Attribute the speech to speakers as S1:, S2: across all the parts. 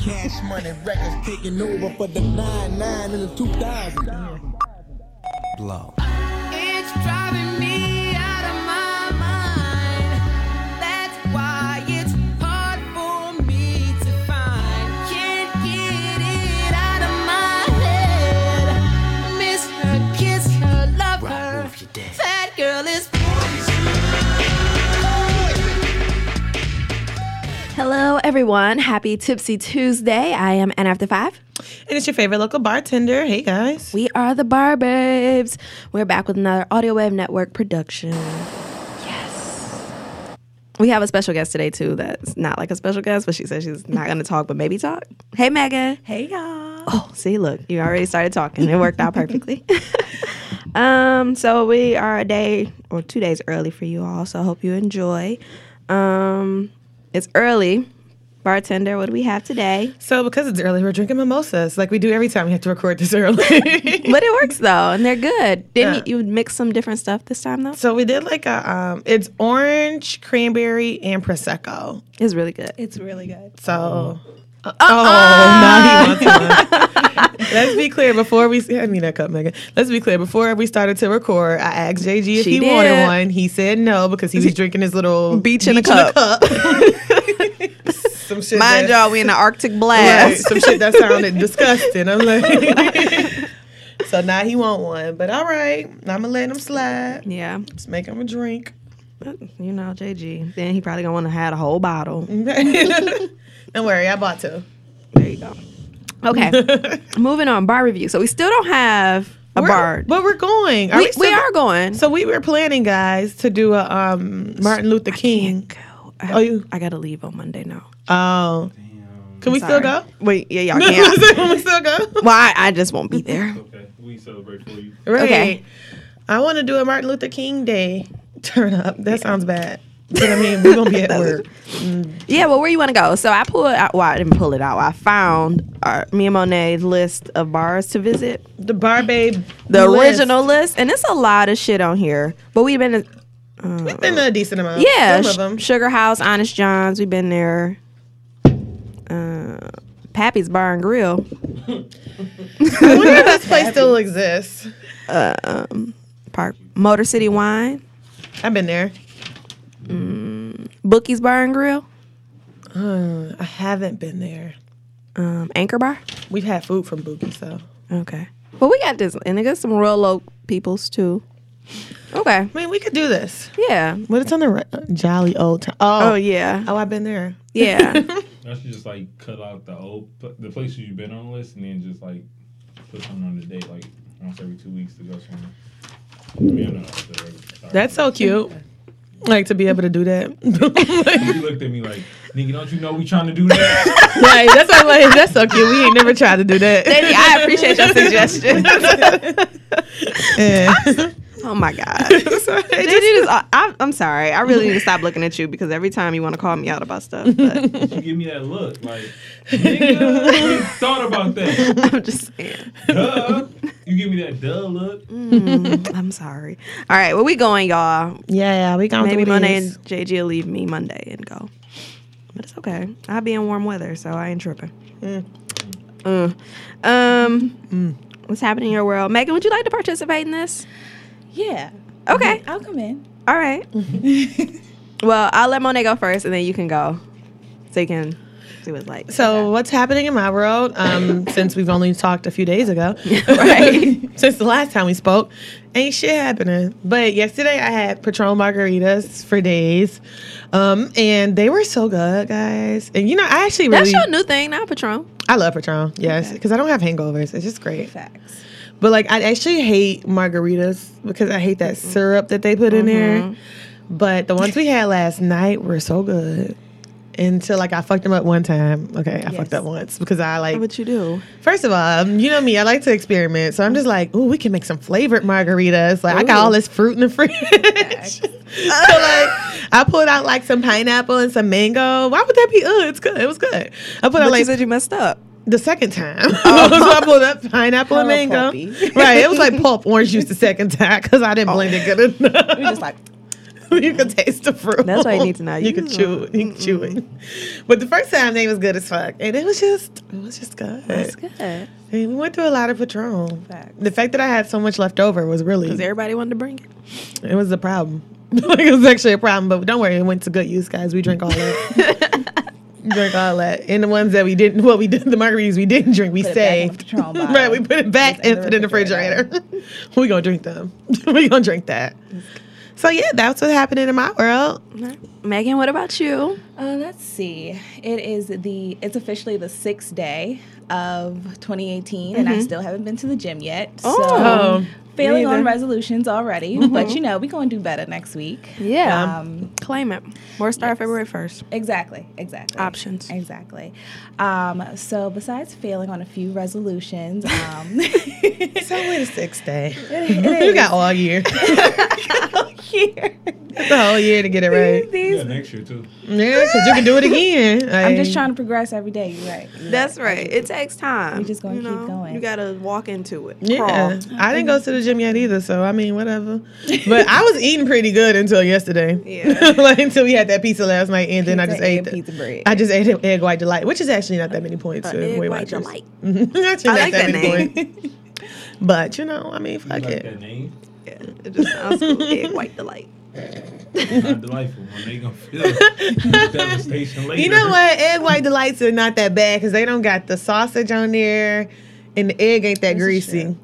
S1: Cash money records taking over for the 9 9 in the 2000.
S2: Blow.
S3: It's driving me out of my mind. That's why it's hard for me to find. Can't get it out of my head. Miss her, kiss her, love her. That girl is
S4: Hello, everyone. Happy Tipsy Tuesday. I am N After Five.
S5: And it's your favorite local bartender. Hey guys.
S4: We are the Bar Babes. We're back with another Audio Web Network production. Yes. We have a special guest today, too, that's not like a special guest, but she says she's not going to talk, but maybe talk. Hey, Megan.
S6: Hey y'all.
S4: Oh, see, look, you already started talking. It worked out perfectly. um, so we are a day or two days early for you all. So I hope you enjoy. Um, it's early. Bartender, what do we have today?
S5: So because it's early, we're drinking mimosas like we do every time we have to record this early.
S4: But it works though, and they're good. Didn't
S5: Yeah.
S4: you, you mix some different stuff this time though?
S5: so we did like a um it's orange, cranberry, and prosecco.
S4: It's really good.
S6: It's really good.
S5: So uh, oh, now he wants one. Let's be clear before we I mean that cup, Megan. Let's be clear before we started to record. I asked JG if he
S4: She
S5: wanted
S4: did.
S5: one. He said no because he was drinking his little
S4: Beach in a
S5: cup. Some shit
S4: Mind
S5: that-
S4: y'all, we in the Arctic
S5: Right,
S4: blast.
S5: some shit that sounded disgusting. I'm like, so now he want one, but all right, I'm gonna let him slide.
S4: Yeah,
S5: Just make him a drink.
S4: you know JG. Then he probably gonna want to have a whole bottle.
S5: Don't worry, I bought two.
S4: There you go. Okay, moving on. Bar review. So we still don't have a
S5: We're-
S4: bar.
S5: but we're going.
S4: We,
S5: still
S4: we are going.
S5: So we were planning, guys, to do a um, Martin Luther King.
S4: go.
S5: Oh, you-
S4: I gotta leave on Monday now.
S5: Oh, can we still go?
S4: Sorry. Wait, yeah, y'all can't.
S5: can we still go?
S4: well, I, I just won't be there.
S7: Okay, we celebrate for you.
S5: Right.
S4: Okay.
S5: I want to do a Martin Luther King Day turn up. That sounds bad. But I mean, we're gonna be at work.
S4: Yeah, well, where you want to go? So I pulled out. Well, I didn't pull it out. I found our, me and Monet's list of bars to visit,
S5: The bar babe.
S4: the
S5: list.
S4: original list, and it's a lot of shit on here. But we've been,
S5: It's been a decent amount.
S4: yeah,
S5: some
S4: Sh-
S5: of them.
S4: Sugar House, Honest John's. We've been there. Uh, Pappy's Bar and Grill.
S5: I wonder if this place still exists.
S4: Park Motor City Wine,
S5: I've been there.
S4: Bookie's Bar and Grill,
S5: Uh, I haven't been there.
S4: um, Anchor Bar.
S5: We've had food from Boogie, so
S4: Okay. Well, we got this, and I got some real low peoples too. Okay.
S5: I mean, we could do this.
S4: Yeah.
S5: But it's on the right, jolly old time. Oh,
S4: Oh yeah.
S5: Oh, I've been there.
S4: Yeah.
S7: I should just like cut out the old pl- the places you've been on the list, and then just like put something on the date like once every two weeks to go somewhere. I mean, I'm not out there. Sorry.
S5: That's so cute. Like to be able to do that.
S7: You looked at me like, nigga, don't you know we trying to do that?
S5: like, that's why I'm like, that's so cute. We ain't never tried to do that.
S4: Lady, I appreciate your suggestion. oh my god. Did you just, I, I'm sorry. I really need to stop looking at you because every time you want to call me out about stuff, but
S7: you give me that look, like, nigga, I ain't thought about that.
S4: I'm just saying.
S7: Duh. You give me that duh look.
S4: I'm sorry. All right, where we going, y'all?
S5: Yeah, yeah, we gonna
S4: Maybe
S5: do
S4: Monday
S5: this.
S4: and JG will leave me Monday and go. But it's okay. I'll be in warm weather, so I ain't tripping. Uh, um, what's happening in your world, Megan? Would you like to participate in this?
S6: Yeah.
S4: Okay.
S6: I'll come in.
S4: All right. well, I'll let Monet go first, and then you can go, so you can see what's like.
S5: So what's happening in my world? Um, since we've only talked a few days ago,
S4: Right.
S5: since the last time we spoke, ain't shit happening. But yesterday I had Patron margaritas for days, um, and they were so good, guys. And you know, I actually
S4: That's
S5: really
S4: your new thing now, Patron.
S5: I love Patron, yes, because I don't have hangovers. It's just great.
S6: Facts.
S5: But like, I actually hate margaritas because I hate that syrup that they put in there. But the ones we had last night were so good. Until like I fucked them up one time. Okay, I fucked up once because I like
S4: What you do?
S5: First of all, um, you know me, I like to experiment. So I'm just like, ooh, we can make some flavored margaritas. Like, I got all this fruit in the fridge. so, like, I pulled out like some pineapple and some mango. Why would that be? Ugh, it's good. It was good. I pulled out
S4: But you
S5: like
S4: said you messed up.
S5: the second time.
S4: Oh.
S5: so I pulled up pineapple and
S6: Hella
S5: mango.
S6: pulpy.
S4: Oh.
S5: Right. It was like pulp orange juice the second time because I didn't blend it good enough.
S6: We're just like
S5: you can taste the fruit.
S4: That's why you need to know.
S5: You
S4: You
S5: can
S4: can-
S5: chew it. You can chew it. But the first time they was good as fuck, and it was just, it was just good.
S6: That's good.
S5: And we went through a lot of Patron.
S6: Facts.
S5: The fact that I had so much left over was really
S4: Because everybody wanted to bring it.
S5: it was a problem. Like, it was actually a problem, but don't worry, it went to good use, guys. We drank all that. drink all that, and the ones that we didn't, what we did, the margaritas we didn't drink, we
S6: Put it back in the
S5: saved.
S6: Patron bottle.
S5: right, we put it back
S6: It's in
S5: and
S6: the
S5: put it in the
S6: refrigerator.
S5: refrigerator. we gonna drink them. we gonna drink that. So yeah, that's what happened in my world.
S4: Megan, what about you?
S6: Uh, let's see. It is the. It's officially the sixth day of 2018, and I still haven't been to the gym yet.
S5: Mm-hmm. Oh. Mm-hmm.
S6: so failing
S5: neither.
S6: on resolutions already, but you know we're gonna do better next week.
S4: Yeah.
S6: Um,
S4: Claim it. More start February 1st.
S6: exactly. Exactly.
S4: Options.
S6: Exactly. Um, so besides failing on a few resolutions, um,
S5: So wait a six day.
S6: it
S5: you
S6: is.
S5: got all year,
S6: here.
S5: the whole year to get it right.
S6: These.
S7: Yeah, next year too.
S5: Yeah, because you can do it again.
S6: I'm just trying to progress every day. You're right. You're
S4: That's right. It takes time.
S6: We just gonna
S4: you
S6: keep going.
S4: You gotta walk into it.
S5: Yeah,
S4: Crawl.
S5: I didn't go to the gym yet either, so I mean, whatever. But I was eating pretty good until yesterday.
S4: Yeah.
S5: like until we had that pizza last night, and then I
S6: Pizza
S5: just ate.
S6: and
S5: the-
S6: pizza bread.
S5: I just ate an egg white delight, which is actually not that many points.
S4: Uh,
S5: to
S4: egg
S5: Weight
S4: white
S5: Watchers.
S4: delight.
S5: Mhm, actually
S4: I
S5: not
S4: like
S5: that
S4: that
S5: many
S4: name.
S5: points. But you know, I mean,
S7: You
S5: fuck
S7: like
S5: it.
S7: that name?
S4: Yeah. It just sounds cool. Egg white delight.
S7: Not delightful. When they gonna feel the devastation later.
S5: You know what? Egg white delights are not that bad because they don't got the sausage on there, and the egg ain't that greasy.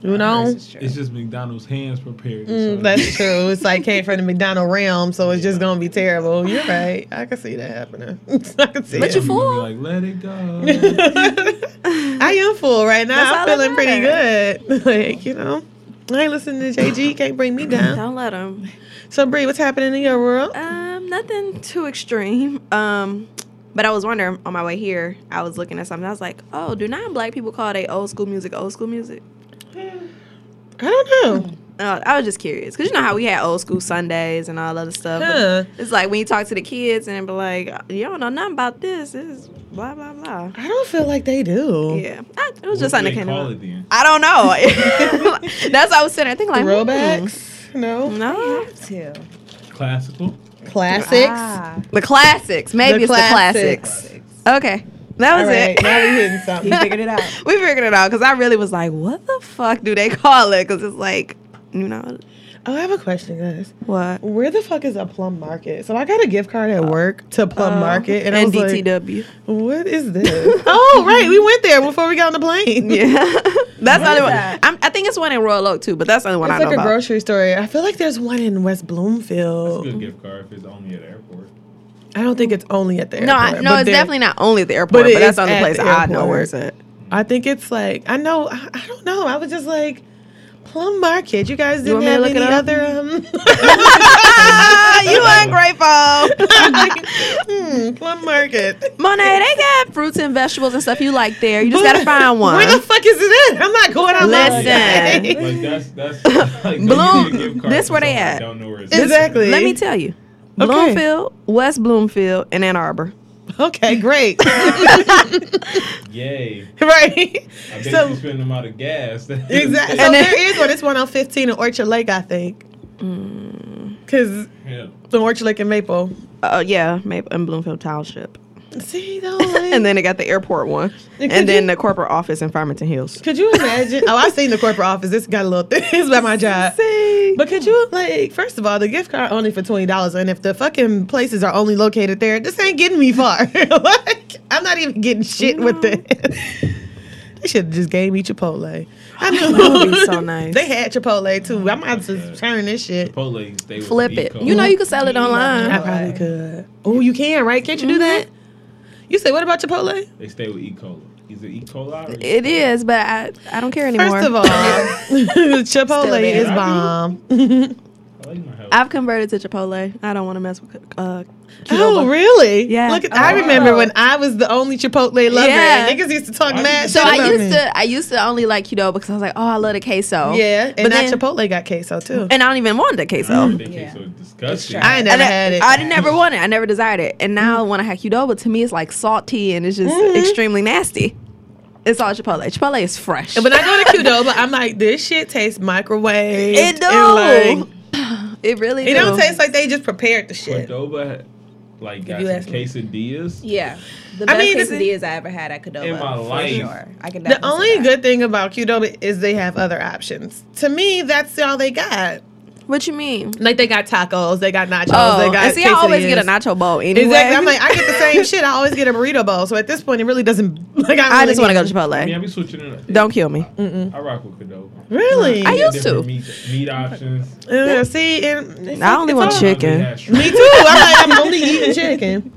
S5: You know.
S7: It's just McDonald's hands prepared.
S5: Mm, that's true. It's like came from the McDonald realm, so it's just gonna be terrible. You're right. I can see that happening. I can see
S4: But
S5: it.
S4: you fool.
S7: Like let it go.
S5: I am full right now.
S4: That's
S5: I'm
S4: all that
S5: feeling pretty good. Like you know, I ain't listening to JG. Can't bring me down.
S4: Don't let them.
S5: So Bree, what's happening in your world?
S4: Um, nothing too extreme. Um, but I was wondering on my way here, I was looking at something. I was like, oh, do non black people call they old school music old school music?
S5: I don't know.
S4: Uh, I was just curious because you know how we had old school Sundays and all other stuff. but
S5: Huh.
S4: It's like when you talk to the kids and be like, you don't know nothing about this. This is blah blah blah.
S5: I don't feel like they do.
S4: Yeah, I, it was
S7: Oh. What
S4: just something
S7: do
S4: that came
S7: they call
S4: up.
S7: it then?
S4: I don't know. That's what I was sitting there thinking like hmm,
S5: Throwbacks. No.
S4: No,
S6: Two.
S7: Classical.
S5: Classics.
S6: Ah,
S4: the classics. Maybe it's
S5: classics.
S4: the classics. Okay, that
S5: All
S4: was
S5: right.
S4: it.
S5: Now we hitting
S6: you
S5: something.
S6: figured it out.
S4: we figured it out because I really was like, what the fuck do they call it? Because it's like, you know,
S5: Oh, I have a question, guys.
S4: what?
S5: Where the fuck is a plum market? So I got a gift card at work to
S4: Oh.
S5: plum market, and, I was like,
S4: DTW.
S5: What is this? oh, right. We went there before we got on the plane.
S4: yeah, that's the only one.
S6: that?
S4: I'm, I think it's one in Royal Oak too, but that's the only one
S5: It's
S4: I know
S5: like a
S4: about.
S5: grocery store. I feel like there's one in West
S7: It's a
S5: Bloomfield.
S4: Oh.
S7: good gift card if it's only at the airport.
S5: I don't think it's only at the
S4: no,
S5: airport.
S4: I, no,
S5: but
S4: it's
S5: there-
S4: definitely not only at the airport,
S5: it
S4: but, that's
S5: is
S4: the only
S5: at
S4: place
S5: the
S4: I know
S5: airport.
S4: where it's at.
S5: I think it's like I know. I, I don't know. I was just like Plum Market. You guys
S4: You
S5: didn't
S4: want me to
S5: have
S4: look
S5: any
S4: it up?
S5: other. Um,
S4: Ah, you ungrateful,
S5: hmm, Plum Market.
S4: Monet. They got fruits and vegetables and stuff you like there. You just gotta find one.
S5: Where the fuck is it at? I'm not going out. my
S4: Listen.
S5: way.
S7: Like that's that's like, they
S4: Bloom-
S7: give you a gift card
S4: this
S7: for
S4: where they
S7: something,
S4: at.
S7: Don't know where it's at.
S5: exactly.
S4: Let me tell you,
S5: Okay.
S4: Bloomfield, West Bloomfield, and Ann Arbor.
S5: Okay, great.
S7: Yay!
S5: right.
S7: I bet
S5: So-
S7: you spend them out of gas.
S5: Exactly. So
S4: And then-
S5: there is one. It's one on 15 in Orchard Lake, I think.
S4: Mm.
S5: Because
S7: yeah.
S5: the Orchard Lake and Maple.
S4: Oh yeah, maybe in Bloomfield Township,
S5: See, though.
S4: and then they got the airport one,
S5: Could
S4: and then
S5: you-
S4: the corporate office in Farmington Hills.
S5: could you imagine? oh, I've seen the corporate office. This got a little thin. It's by my job.
S4: See,
S5: But could you, like, first of all, the gift card only for $20. And if the fucking places are only located there, this ain't getting me far. like, I'm not even getting shit with
S4: No.
S5: this. They should have just gave me Chipotle. I knew.
S4: That would be so nice.
S5: They had Chipotle too. I might
S7: Okay.
S5: just turn this shit.
S7: Chipotle, they was
S4: flip
S7: the
S4: it.
S7: code.
S4: You know you can sell it online.
S5: I probably could. Oh, you can, right? Can't you
S4: Mm-hmm.
S5: do that? You say what about Chipotle?
S7: they stay with E. coli. Is it E. coli? Or
S4: It is, but I, I don't care anymore.
S5: First of all, Chipotle
S4: there.
S5: is bomb.
S7: I like my health.
S4: I've converted to Chipotle. I don't want to mess with uh,
S5: Oh,
S4: Qdoba.
S5: really?
S4: Yeah. Oh.
S5: Look, at, I remember when I was the only Chipotle lover.
S4: Yeah.
S5: And niggas used to talk
S7: Why
S5: mad
S4: So
S5: shit
S4: I
S5: about
S4: used
S5: me.
S4: to I used to only like Qdoba because I was like, oh, I love the queso.
S5: Yeah, and
S4: but
S5: that
S4: then
S5: Chipotle got queso too.
S4: and I don't even want the queso.
S7: I heard they
S6: Yeah.
S7: taste so disgusting.
S5: I ain't
S4: I,
S5: never had it. Mm-hmm.
S4: I didn't never want it. I never desired it. And now when I have Qdoba, to me it's like salty and it's just extremely nasty. It's all Chipotle. Chipotle is fresh.
S5: when I go to Qdoba, I'm like, this shit tastes microwave.
S4: it do.
S5: And like,
S4: It really
S5: It don't
S4: do.
S5: taste like they just prepared the shit.
S7: Cordoba, like got
S5: you
S7: some
S5: ask me.
S7: quesadillas.
S6: Yeah, the
S5: I
S6: best
S5: mean, it's-
S6: quesadillas I ever had at Cadova.
S7: In my
S6: for
S7: life.
S6: sure. I can.
S5: The
S6: definitely say
S5: only
S6: that.
S5: good thing about Qdoba is they have other options. To me, that's all they got.
S4: What you mean?
S5: Like they got tacos, they got nachos,
S4: Oh,
S5: they got.
S4: and see, I always get a
S5: quesadillas.
S4: nacho bowl anyway.
S5: Exactly. I'm like, I get the same shit. I always get a burrito bowl. So at this point, it really doesn't. Like, Mm-hmm. I, don't
S4: I
S5: really
S4: just want to
S5: need-
S4: go to
S7: I mean, I
S4: Chipotle.
S7: be switching it up.
S4: Don't kill me.
S7: I rock with Cordova.
S5: Really?
S4: I
S7: They got
S4: used
S7: different
S4: to.
S7: Meat, meat options.
S5: Ugh, see, and it's-
S4: I only
S5: it's
S4: want
S5: all-
S4: chicken.
S5: Me too. I'm like, I'm only eating chicken,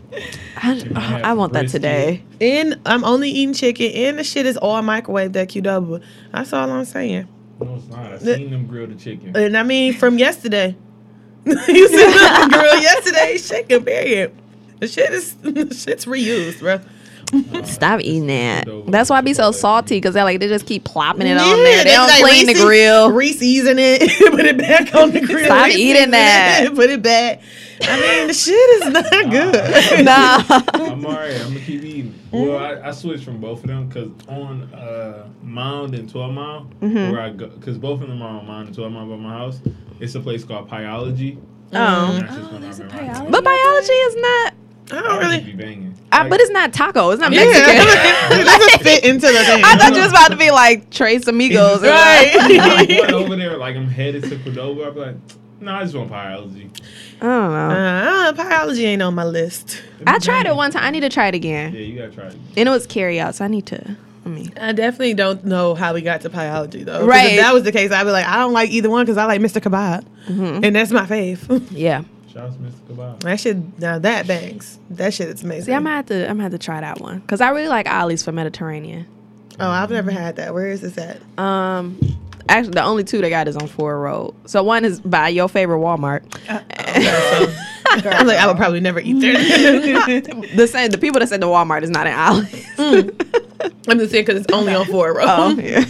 S4: I, I want that
S7: Brisket.
S4: today.
S5: and I'm only eating chicken, and the shit is all microwave that Qdoba. That's all I'm saying.
S7: No, it's not. I seen them grill the chicken.
S5: And I mean, from yesterday, you said nothing, girl. Yesterday's chicken. Period. The shit is the shit's reused, bro.
S4: Stop eating that. That's why I be so salty because they like they just keep plopping it on
S5: Yeah,
S4: there. They don't
S5: like
S4: clean the
S5: reseas-
S4: grill.
S5: Reseason it, put it back on the grill.
S4: Stop
S5: reseason
S4: eating that.
S5: it, Put it back. I mean, the shit is not good.
S4: Nah.
S7: I'm alright. I'm gonna keep eating. Well, I, I switched from both of them because on uh, Mound and Twelve Mile, where I go, because both of them are on Mound and Twelve Mile by my house. It's a place called Pyology.
S4: Oh.
S7: That's just
S6: Oh,
S7: when I
S6: there's a
S7: remember.
S6: Pyology?
S4: But biology is not.
S5: Um, I don't
S7: Pyology
S5: really.
S7: Be banging.
S4: I, but it's not taco. It's not
S5: Yeah,
S4: Mexican.
S5: it doesn't fit into the thing.
S4: I thought you was about to be like Trace Amigos. or
S7: like,
S5: right.
S7: going over there, like I'm headed to Cordova. I'm like, nah, I just want Pyology.
S4: I don't know.
S5: Uh, biology ain't on my list.
S4: I tried it one time. I need to try it again.
S7: Yeah, you gotta try it.
S4: And it was carry out, so I need to. Let me.
S5: I definitely don't know how we got to biology though. 'Cause
S4: Right.
S5: If that was the case, I'd be like, I don't like either one because I like Mr. Kebab,
S4: Mm-hmm.
S5: and that's my fave.
S4: Yeah.
S7: Shout out to Mr. Kebab.
S5: that shit, now that bangs. That shit is amazing.
S4: See, I'm gonna have to. I'm gonna have to try that one because I really like Ollie's for Mediterranean.
S5: oh, I've never had that. Where is this at?
S4: Um, actually, the only two they got is on Ford Road. So one is by your favorite Walmart.
S5: I'm like, I would probably never eat there.
S4: The same. The people that said the Walmart is not in Ollie's.
S5: I'm just saying because it's only on four row.
S4: Oh, yeah.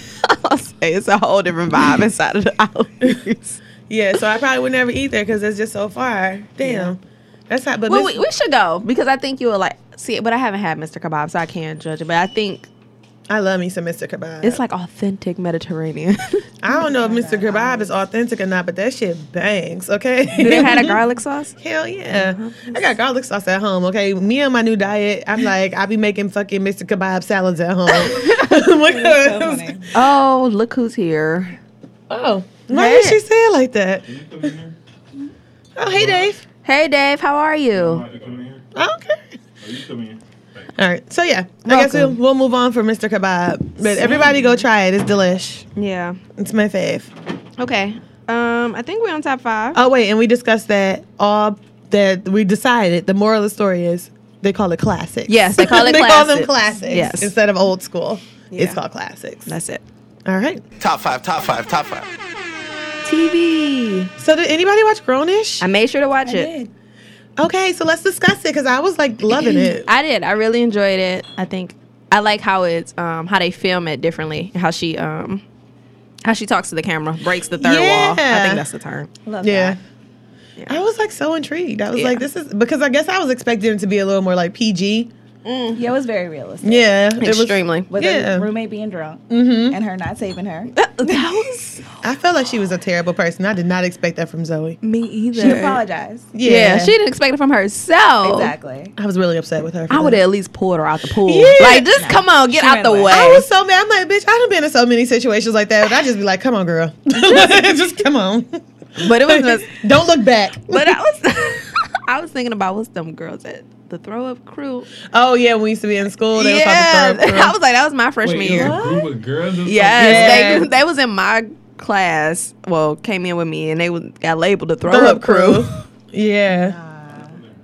S4: I'll say it's a whole different vibe inside of the Ollie's.
S5: Yeah, so I probably would never eat there because it's just so far. Damn, that's how. But
S4: well,
S5: Miss-
S4: we, we should go because I think you will like see. it, But I haven't had Mr. Kebab, so I can't judge it. But I think
S5: I love me some Mr. Kebab.
S4: it's like authentic Mediterranean.
S5: I don't know if Mr. Kebab is authentic or not, but that shit bangs. Okay.
S4: Did it had a garlic sauce?
S5: Hell yeah. I got garlic sauce at home, okay? Me on my new diet, I'm like, I be making fucking Mr. Kebab salads at home.
S6: So funny.
S4: Oh, look who's here!
S5: oh. Why did she say it like that?
S7: Can you come in here?
S5: Oh, hey, Dave.
S4: Hey, Dave, how are you?
S7: Want to come in here?
S5: Oh, okay.
S7: Oh, you come in here.
S5: All right. So, yeah, I guess we'll,
S4: Welcome.
S5: we'll move on for Mr. Kebab. But everybody go try it. It's delish.
S4: Yeah.
S5: It's my fave.
S4: Okay. Um, I think we're on top five.
S5: Oh, wait. And we discussed that all that we decided the moral of the story is they call it classics.
S4: Yes, they call it
S5: they call them
S4: classics.
S5: classics
S4: Yes.
S5: instead of old school.
S4: Yeah.
S5: It's called classics.
S4: That's it.
S5: All right.
S2: Top five, top five, top five.
S4: TV.
S5: So, did anybody watch Grownish?
S4: I made sure to watch
S6: I
S4: it.
S6: did.
S5: Okay, so let's discuss it because I was like loving it.
S4: I did. I really enjoyed it. I think I like how it's um how they film it differently. How she um how she talks to the camera, breaks the third wall. I
S5: Yeah.
S4: think that's the term.
S6: Love
S5: Yeah.
S6: that.
S5: I was like so intrigued. I was
S4: Yeah.
S5: like, this is because I guess I was expecting it to be a little more like PG.
S6: Yeah, it was very realistic.
S5: Yeah.
S4: Extremely.
S6: With
S5: Yeah. Mm-hmm.
S6: her roommate being drunk and her not saving her.
S4: that was
S5: I felt like she was a terrible person. I did not expect that from Zoe.
S4: me either.
S6: She apologized.
S5: Yeah.
S4: yeah. she didn't expect it from herself.
S6: Exactly.
S5: I was really upset with her. for
S4: I would
S5: that.
S4: have at least pulled her out the pool.
S5: Yeah.
S4: Like, just come on, get
S6: She
S4: out the
S6: ran
S4: way.
S6: away.
S5: I was so mad. I'm like, bitch, I done been in so many situations like that. But I just be like, come on, girl. just come on.
S4: but it was just.
S5: Don't look back.
S4: But I was, I was thinking about what's them girls at the throw up crew.
S5: Oh, yeah. When we used to be in
S4: Oh,
S5: school, they yeah.
S4: Yes.
S5: were called the third
S4: I was like, that was my freshman
S7: Wait, it
S4: year.
S7: was a group of girls. or
S5: Yeah.
S4: Yes, they they was in my class. Well, came in with me, and they was, got labeled the throw,
S5: throw
S4: up crew.
S5: yeah.
S7: something?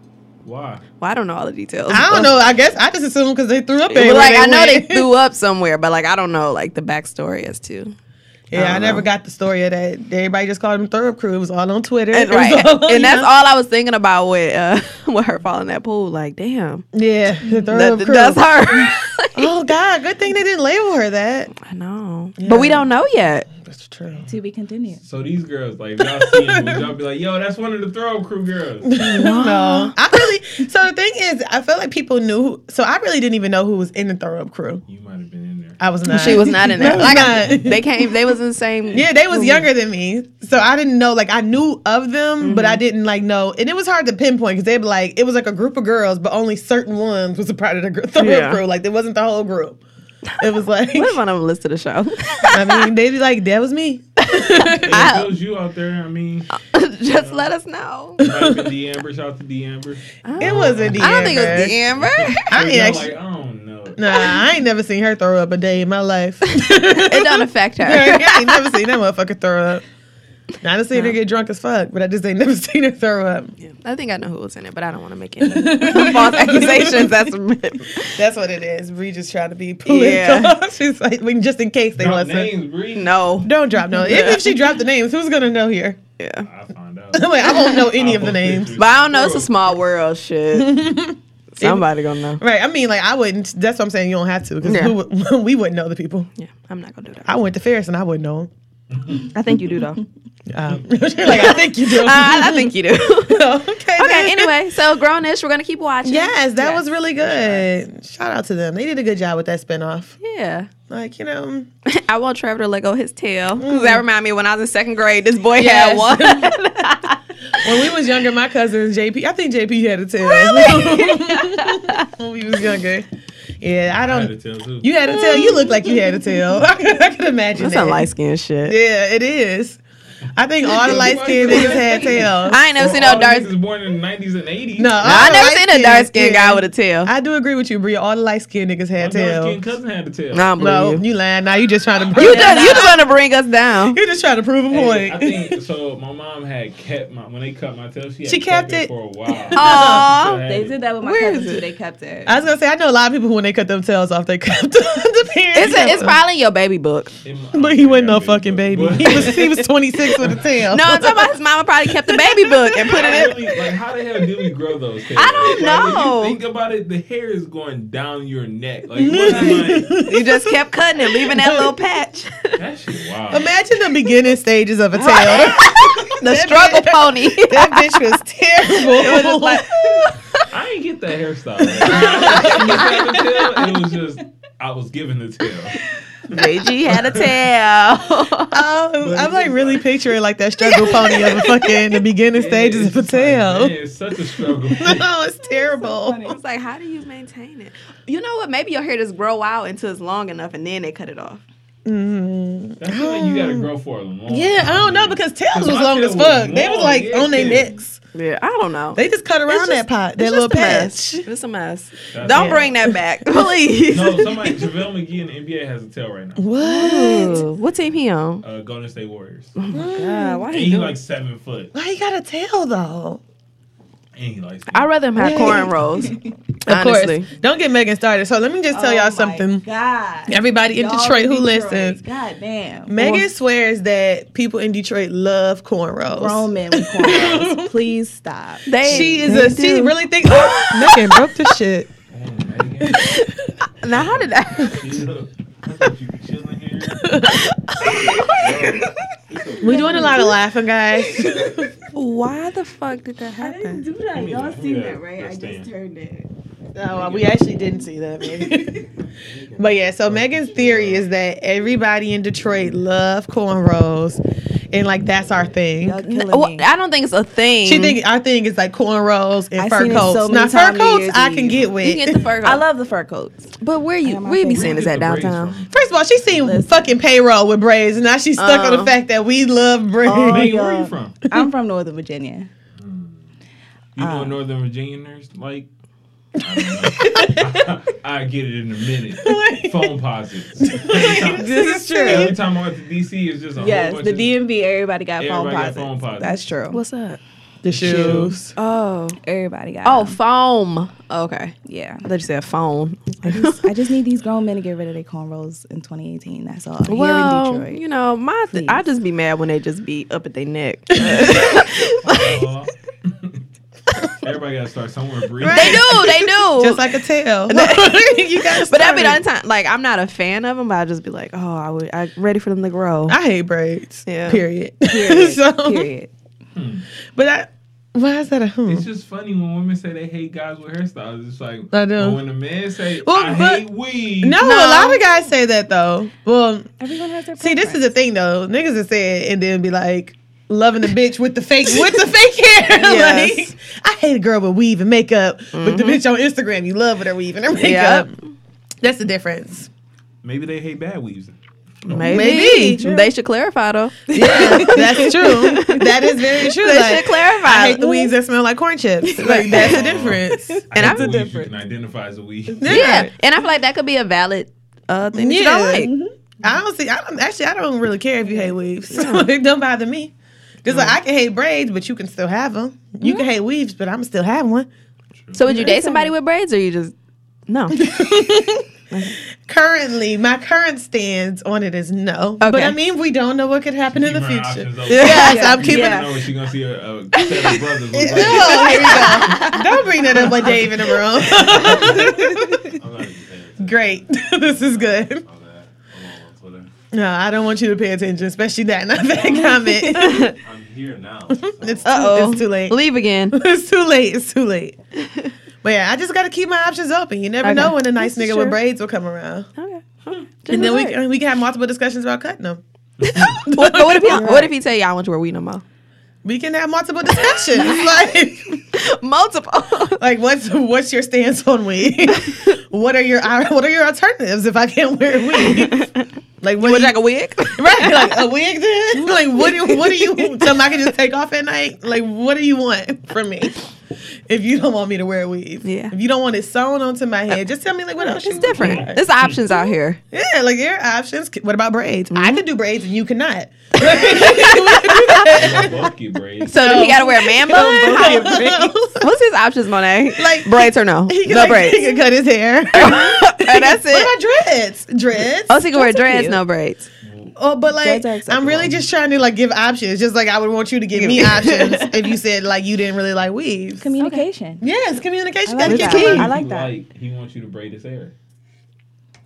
S7: Why?
S4: Well, I don't know all the details.
S5: I don't know. I guess I just assumed because they threw up.
S4: But,
S5: everywhere
S4: like I know
S5: went.
S4: they threw up somewhere, but like I don't know like the backstory as to.
S5: Yeah, I,
S4: don't
S5: never
S4: know.
S5: got the story of that. Everybody just called him Throw Up Crew. It was all on Twitter.
S4: And,
S5: It was
S4: right,
S5: all-
S4: and that's
S5: yeah.
S4: all I was thinking about with uh, with her falling in that pool. Like, damn,
S5: Yeah, the Throw
S4: that,
S5: Up Crew.
S4: that's her.
S5: Oh God, good thing they didn't label her that.
S4: I know, but we
S5: Yeah.
S4: don't know yet.
S5: That's true.
S6: To be continued.
S7: So these girls, like y'all see them, y'all be like, yo, that's one of the throw crew girls.
S5: No, I really. So the thing is, I feel like people knew. Who, so I really didn't even know who was in the throw up crew.
S7: You might have been in there.
S5: I was not.
S4: She was not in there.
S5: I was
S4: Like I,
S5: not.
S4: they came, they was in the same.
S5: Yeah, they was younger than me, so I didn't know. Like I knew of them, but
S4: Mm-hmm.
S5: I didn't like know. And it was hard to pinpoint because they'd be like, it was like a group of girls, but only certain ones was a part of the gr- throw
S4: Yeah.
S5: up crew. Like it wasn't the whole group. It was like,
S4: What if one of them listened to the show?
S5: I mean, they'd be like, that was me.
S7: If it was you out there, I mean,
S5: Uh,
S4: Just let us know.
S7: it might have been D Amber. Shout out to D Amber.
S5: It wasn't.
S4: Oh. I don't think it was the Amber.
S5: I
S7: Y'all
S5: ain't actually.
S7: like, I don't know.
S5: Nah, I ain't never seen her throw up a day in my life.
S4: it don't affect her.
S5: I ain't never seen that motherfucker throw up. Now, I done seen her get drunk as fuck, but I just ain't never seen her throw up.
S4: I think I know who was in it, but I don't want to make any false accusations. That's
S5: That's what it is. We just trying to be political.
S4: Yeah.
S5: She's like, I mean, just in case they
S7: Drop
S5: listen.
S7: names, Bree.
S4: no.
S5: Don't drop no. Even if she dropped the names, who's gonna know here?
S4: Yeah.
S7: I found out.
S5: Like, I won't know any
S7: I'll
S5: of the
S7: post
S5: names.
S7: pictures.
S4: But I don't know. It's a small world. Shit. Somebody gonna know.
S5: Right. I mean, like I wouldn't. That's what I'm saying. You don't have to because
S4: Yeah.
S5: we wouldn't know the people.
S4: Yeah, I'm not gonna do that.
S5: I went to Ferris and I wouldn't know them.
S4: I think you do though.
S5: Um, like I think you do.
S4: Uh, I, I think you do.
S5: Uh, okay. then.
S4: okay. Anyway, so grownish. We're gonna keep watching.
S5: Yes, that was really good. Shout out to them. They did a good job with that spinoff.
S4: Yeah.
S5: Like you know,
S4: I want Trevor to let go his tail. 'Cause that remind me when I was in second grade, this boy had
S5: Mm. Yes.
S4: one.
S5: When we was younger, my cousin JP, I think JP had a tail. Really? when we was younger. Yeah, I
S7: I had to
S5: don't.
S7: tell too.
S5: You had a tail. You look like you had a tail. I could, I could imagine
S4: That's
S5: that.
S4: some light skin shit.
S5: Yeah, it is. I think all the light skinned niggas had tails.
S4: I ain't never seen
S7: All
S4: no
S5: Oh,
S7: the
S4: dark.
S7: niggas born in the 90s and 80s.
S5: No, all
S4: I
S5: the
S4: never seen a
S5: light-skinned-
S4: dark skinned
S5: yeah.
S4: guy with a tail.
S5: I do agree with you, Bria. All the light skinned niggas
S7: My
S5: had tails.
S7: dark-skinned cousin had to tell.
S4: No, I don't
S5: No,
S4: believe you.
S5: you lying. Now you just trying to.
S4: You
S5: prove-
S4: just you just want to bring us down.
S5: You just trying to prove a
S7: Hey, I
S5: point.
S7: think so. My mom had kept my when they cut my tail. She, had
S5: She kept it. Oh,
S7: for a while.
S4: Aw.
S6: They did that with my
S4: Where
S6: cousin
S4: is it?
S6: too. They kept it.
S5: I was gonna say I know a lot of people who, when they cut them tails off, they cut them, the parents.
S4: It's
S5: cut
S4: it's
S5: them.
S4: probably in your baby book.
S5: But he wasn't no fucking baby. He was he was 26 with a tail.
S4: No, I'm talking about his mama probably kept the baby book and put it in.
S7: Like, how the hell did we grow those? Tails?
S4: I don't
S7: Like, when
S4: know.
S7: you think about it, the hair is going down your neck. Like, it wasn't like
S4: You just kept cutting it, leaving that little patch.
S7: that shit wild.
S5: Imagine the beginning stages of a tail. that
S4: The struggle pony.
S5: bitch was terrible.
S7: I didn't get that hairstyle. Like, I didn't get that tail, it was just I was given the tail.
S4: JG had a tail.
S5: Oh, I'm like really picturing like that struggle pony of a fucking the beginning stages of a
S7: It's like,
S5: tail.
S7: man, it's such a struggle.
S5: No, it's terrible.
S4: It's like, how do you maintain it? You know what? Maybe your hair just grow out until it's long enough, and then they cut it off.
S7: That's like you gotta grow for a long.
S5: Um, Yeah, I don't know because tails was long as fuck. They was like on their necks.
S4: Yeah, I don't know.
S5: They just cut around
S4: It's
S5: that
S4: just-
S5: pot, that
S4: it's
S5: little
S4: just a
S5: patch.
S4: mess. It's a mess.
S7: That's
S4: Don't
S7: it.
S4: bring that back, please.
S7: No, somebody JaVale McGee in the NBA has a tail right now.
S5: What?
S4: Ooh, what team he on?
S7: Uh, Golden State Warriors.
S4: God, why
S7: And
S4: he
S7: he
S4: doing-
S7: like seven foot.
S5: Why he got a tail though?
S7: And he likes.
S4: I'd rather him have cornrows. honestly.
S5: Of course. Don't get Megan started. So let me just tell
S6: Oh my
S5: y'all something.
S6: God.
S5: Everybody in
S6: Y'all
S5: Detroit who
S6: Detroit.
S5: listens.
S6: God damn.
S5: Megan swears that people in Detroit love cornrows.
S6: Grown men with cornrows. Please stop.
S4: They,
S5: She is
S4: they
S5: a she
S4: do.
S5: really thinks Megan broke the shit.
S4: Now, how did that?
S5: We're doing a lot of laughing, guys.
S4: Why the fuck did that
S6: I didn't
S4: happen?
S6: do that. Y'all
S7: Yeah,
S6: seen
S7: yeah,
S6: that, right? I
S7: that's
S6: just
S7: damn.
S6: turned it.
S5: Oh, well, we actually didn't see that, maybe. but yeah, so Megan's theory is that everybody in Detroit love cornrows, and like that's our thing.
S6: Y'all killing
S4: Well,
S6: me.
S4: I don't think it's a thing.
S5: She think our thing is like cornrows and
S6: I
S5: fur
S6: seen it
S5: coats.
S6: so many
S5: now fur
S6: times New
S5: coats
S6: Year's
S5: I can
S6: Eve.
S5: get with.
S4: you can get the fur.
S6: I love the fur coats.
S4: but where you
S6: my
S4: we be
S6: favorite.
S4: seeing this at downtown?
S5: First of all, she seen fucking payroll with braids, and now she's stuck on
S4: Uh.
S5: the fact that we love braids.
S7: Megan, where
S6: Oh, yeah.
S7: you from?
S6: I'm from Northern Virginia.
S7: You
S6: Uh.
S7: know Northern Virginia nurse? Like, I get it in a minute. Phone posits.
S6: This is
S7: Every time I went to DC, it's just a
S6: Yes,
S7: whole bunch
S6: the
S7: of-
S6: DMV, everybody got
S7: Everybody
S6: phone
S7: got
S6: posits.
S7: phone posits.
S6: That's true.
S4: What's up?
S5: The shoes.
S4: Oh,
S6: Everybody got.
S4: oh,
S6: them.
S4: foam. Oh, Okay,
S6: yeah.
S4: I thought you said phone.
S6: I just need these grown men to get rid of their cornrows in 2018. That's all. Here in
S4: Well,
S6: Detroit.
S4: you know, my th-
S6: Please.
S4: I just be mad when they just be up at their neck.
S7: Uh, Everybody got to start somewhere. Breathe.
S4: They do, they do.
S5: Just like a tail. you guys.
S4: but that'd be the only time. Like I'm not a fan of them, but I just be like, oh, I would, I ready for them to grow.
S5: I hate braids.
S4: Yeah.
S5: Period.
S4: period.
S5: so,
S4: period.
S5: But I, why is that a hmm?
S7: It's just funny when women say they hate guys with hairstyles. It's like
S5: I do.
S7: but when a man say
S5: Well,
S7: I
S5: but-
S7: hate weed.
S5: No,
S4: No.
S5: a lot of guys say that though. Well,
S6: Everyone has their
S5: see, this is the thing though. Niggas have said and then be like loving the bitch with the fake with the fake hair.
S4: Yes. Mm-hmm.
S5: Like I hate a girl with weave and makeup, but the bitch on Instagram you love with her weave and her
S4: Yep.
S5: makeup. That's the difference.
S7: Maybe they hate bad weaves.
S4: Maybe,
S5: Maybe. True.
S4: they should clarify though.
S5: Yeah, that's true. That is very true.
S4: They
S5: Like,
S4: should clarify.
S5: I hate the weaves that smell like corn chips. Like that's the difference.
S4: And
S7: I hate
S4: I'm-
S7: the weaves you can identify as a weed.
S4: yeah, and I feel like that could be a valid uh, thing that you
S5: Yeah. Mm-hmm.
S4: don't like.
S5: I don't see. I don't actually. I don't really care if you hate weaves. it don't bother me. Just like I can hate braids, but you can still have them. You can hate weaves, but I'm still have one.
S4: So would you date somebody with braids, or you just no?
S5: Currently, my current stance on it is no. But
S4: Okay.
S5: I mean, we don't know what could happen in the
S7: Keep her
S5: future.
S7: options open.
S5: Yes, I'm
S7: You
S5: keeping.
S7: never know when she's gonna see her uh, set of brothers. Look
S5: No, here we go. Don't bring that up with Dave in the room.
S7: like. I'm not even paying attention
S5: Great, this is good.
S7: to all that. I'm on Twitter.
S5: No, I don't want you to pay attention, especially that not that comment.
S7: I'm here now.
S5: it's, too,
S4: Uh-oh.
S5: it's too late.
S4: Leave again.
S5: it's too late. It's too late. But yeah, I just got to keep my options open. You never
S4: Okay.
S5: know when a nice
S4: This is
S5: nigga with
S4: true.
S5: braids will come around,
S4: Okay.
S5: and then we can, we can have multiple discussions about cutting them.
S4: What, but what if he, what if he tell you I want to wear weed no more?
S5: We can have multiple discussions. like,
S4: Multiple.
S5: like what's what's your stance on weed? what are your what are your alternatives if I can't wear weed? Like what? do
S4: Would you
S5: you-
S4: like a wig?
S5: Right, like a wig. Then, like what? do- What do you? Something I can just take off at night. Like what do you want from me? If you don't want me to wear a weave,
S4: Yeah.
S5: If you don't want it sewn onto my head, Uh, just tell me like what else.
S4: It's
S5: you-
S4: different. There's options out here.
S5: Yeah, like your options. What about braids? I could do braids and you cannot. We could do that.
S7: Bulky braids.
S4: So he got to wear a man bun.
S5: Like,
S4: What's his options, Monet?
S5: Like-
S4: braids or no?
S5: he could,
S4: No
S5: like,
S4: braids.
S5: he could cut his hair.
S4: and that's it.
S5: What about dreads? Dreads.
S4: Oh, so you can wear
S6: Those are
S4: dreads,
S6: cute.
S4: no braids.
S5: Oh, but like
S6: Dreads are
S5: I'm really just trying to like give options. Just like I would want you to give me options if you said like you didn't really like weaves.
S6: communication.
S5: Yes, communication.
S6: I
S5: gotta
S6: like that.
S5: keep
S6: I
S5: key.
S6: like
S7: He
S6: that.
S7: Like, he wants you to braid his hair.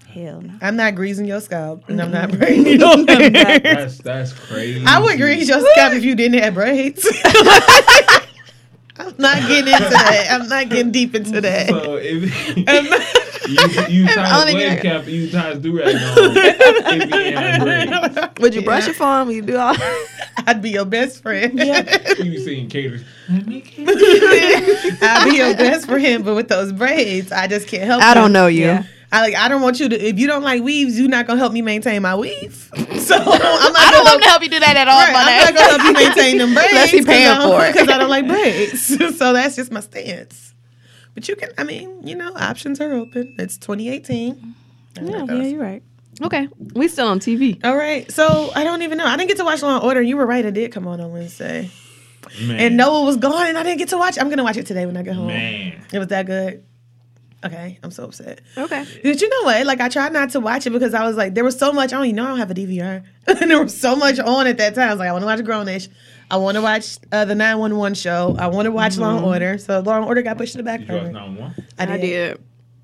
S6: Hell no.
S5: I'm not greasing your scalp, and I'm not braiding your hair.
S7: That's that's crazy.
S5: I would grease your scalp if you didn't have braids. I'm not getting into that. I'm not getting deep into that.
S7: So if you, you tie
S4: only
S7: his wave
S4: gonna-
S7: cap, you tie his do rag on. if he ain't had braids.
S4: Would you brush your phone? Would you do all?
S5: I'd be your best friend.
S7: You seen Caters.
S5: I'd be your best friend, but with those braids, I just can't help.
S4: I
S5: it.
S4: don't know you.
S5: I like. I don't want you to. If you don't like weaves, you're not gonna help me maintain my weave. So I'm not.
S4: I don't
S5: gonna,
S4: want to help you do that at all,
S5: Right, I'm not
S4: Monet.
S5: gonna help you maintain them braids.
S4: Unless he paying for it.
S5: because I don't like braids. so that's just my stance. But you can. I mean, you know, options are open. It's 2018.
S4: Yeah, yeah, you're right. Okay, we still on TV.
S5: All right. So I don't even know. I didn't get to watch Law and Order. You were right. I did come on on Wednesday,
S7: Man.
S5: and Noah was gone, and I didn't get to watch. it. I'm gonna watch it today when I get home.
S7: Man.
S5: It was that good. Okay, I'm so upset.
S4: Okay,
S5: But you know what? Like I tried not to watch it because I was like, there was so much on. You know, I don't have a DVR, and there was so much on at that time. I was like, I want to watch Grownish. I want to watch uh, the 911 show. I want to watch Law and Order. So Law and Order got pushed to the back
S7: Did Mm-hmm. you
S5: burner.
S7: watch 911?
S5: I
S4: I
S5: did.
S4: did.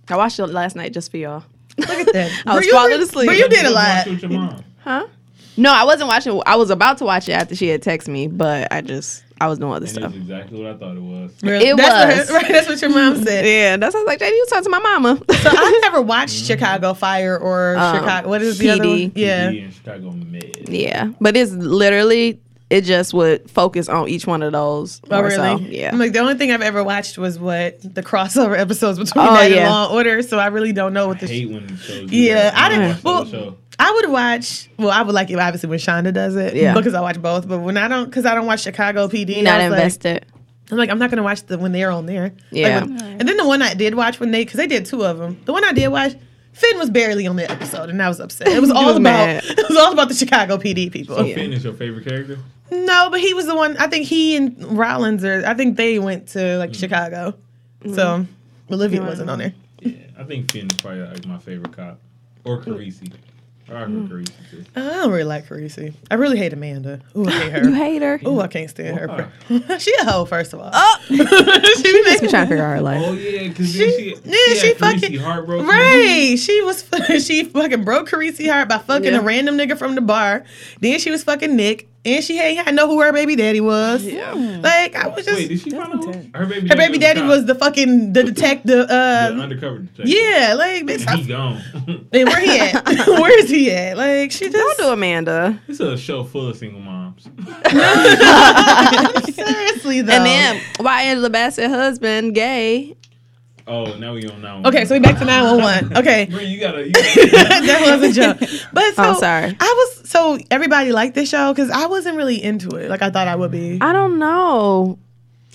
S4: I watched it last night just for y'all.
S5: Look at that.
S4: I was
S5: Bri, you-
S4: falling asleep.
S5: Bri, you did a
S7: Watch
S5: lot.
S7: with your mom.
S4: Huh? No, I wasn't watching. I was about to watch it after she had texted me, but I just I was doing other
S7: And
S4: stuff.
S7: that's exactly what I thought it was.
S4: It
S5: that's
S4: was.
S5: what, right. That's what your mom said.
S4: Yeah, that's how I was like, Jay, you talking to my mama.
S5: So I've never watched Chicago Fire or
S4: Um,
S5: Chicago. What is the other
S4: PD.
S5: one? Yeah.
S7: PD in Chicago Med.
S4: yeah, but it's literally it just would focus on each one of those.
S5: Oh
S4: more
S5: really?
S4: so. Yeah.
S5: I'm like the only thing I've ever watched was what the crossover episodes between
S4: Oh,
S5: that and
S4: yeah.
S5: Law and Order. So I really don't know what
S7: I
S5: the
S7: hate when shows. do
S5: Yeah,
S7: that.
S5: I
S7: don't
S5: didn't-
S7: watch the
S5: well-
S7: show.
S5: I would watch. Well, I would like it obviously when Shonda does it.
S4: Yeah.
S5: Because I watch both, but when I don't, because I don't watch Chicago PD.
S4: You're not
S5: I was like-
S4: invested.
S5: I'm like, I'm not gonna watch the when they're on there. Like,
S4: Yeah.
S5: when- and then the one I did watch when they, because they did two of them. The one I did watch, Finn was barely on the episode, and I was upset. It was all
S4: was
S5: about.
S4: mad.
S5: It was all about the Chicago PD people.
S7: So Finn is your favorite character?
S5: No, but he was the one. I think he and Rollins are. I think they went to like Chicago. So Olivia wasn't on there.
S7: Yeah, I think Finn is probably like my favorite cop, or Carisi. Or I could grease it too.
S5: I don't really like Carisi. I really hate Amanda. Ooh, I hate her.
S4: You hate her.
S5: Ooh, I can't stand
S7: Why?
S5: her. she a hoe, first of all. Oh, she makes
S4: Just be trying to figure out her life.
S7: Oh yeah, because then she,
S5: yeah, she
S7: had
S5: fucking-
S7: Khaleesi heartbroken.
S5: Right. She was she fucking broke Carisi heart by fucking
S4: Yeah.
S5: a random nigga from the bar. Then she was fucking Nick, and she had I know who her baby daddy was. Yeah. Like I was just
S7: Wait, did she find out? who- Her baby
S5: her baby daddy was
S7: a
S5: the fucking the detective.
S7: cop, the
S5: Uh,
S7: undercover detective.
S5: yeah. Like bitch.
S7: And he
S5: I-
S7: gone.
S5: and where he at? where is he at? Like she
S4: Don't
S5: just
S4: do Amanda.
S7: this is a show full of single moms.
S5: seriously though.
S4: And then
S5: Um,
S4: why is the Bassett husband gay?
S7: Oh, now we on that one.
S5: okay, so we back to nine one one. Okay.
S7: Bree, you gotta. You gotta
S5: that was a joke. But so
S4: Oh, sorry.
S5: I was so everybody liked this show because I wasn't really into it like I thought I would be.
S4: I don't know.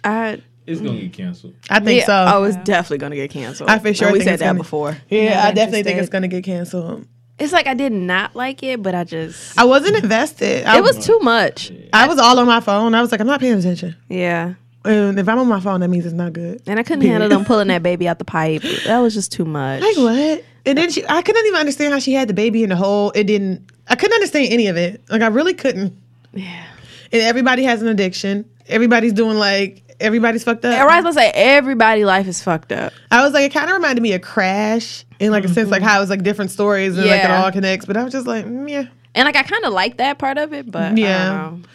S4: I
S7: it's gonna get canceled.
S5: I think
S4: yeah,
S5: so.
S4: Oh, it's definitely gonna get canceled.
S5: I for sure
S4: And we
S5: think
S4: said
S5: it's
S4: that
S5: gonna-
S4: before.
S5: yeah, I
S4: Not
S5: definitely think
S4: interested.
S5: it's gonna get canceled.
S4: It's like I did not like it, but I just
S5: I wasn't invested. I
S4: it was too much.
S5: I was all on my phone. I was like, I'm not paying attention.
S4: Yeah,
S5: And if I'm on my phone, that means it's not good.
S4: and I couldn't handle them pulling that baby out the pipe. That was just too much.
S5: Like what? And then she, I couldn't even understand how she had the baby in the hole. It didn't. I couldn't understand any of it. Like I really couldn't.
S4: Yeah.
S5: And everybody has an addiction. Everybody's doing like everybody's fucked up.
S4: All right, let's say everybody life is fucked up.
S5: I was like, it kind of reminded me of Crash in like a sense, like how it's like different stories and like it
S4: Mm-hmm. Yeah.
S5: all connects. But I was just like, mm, yeah,
S4: And like I kind of like that part of it, but yeah. I
S5: Yeah.
S4: don't know.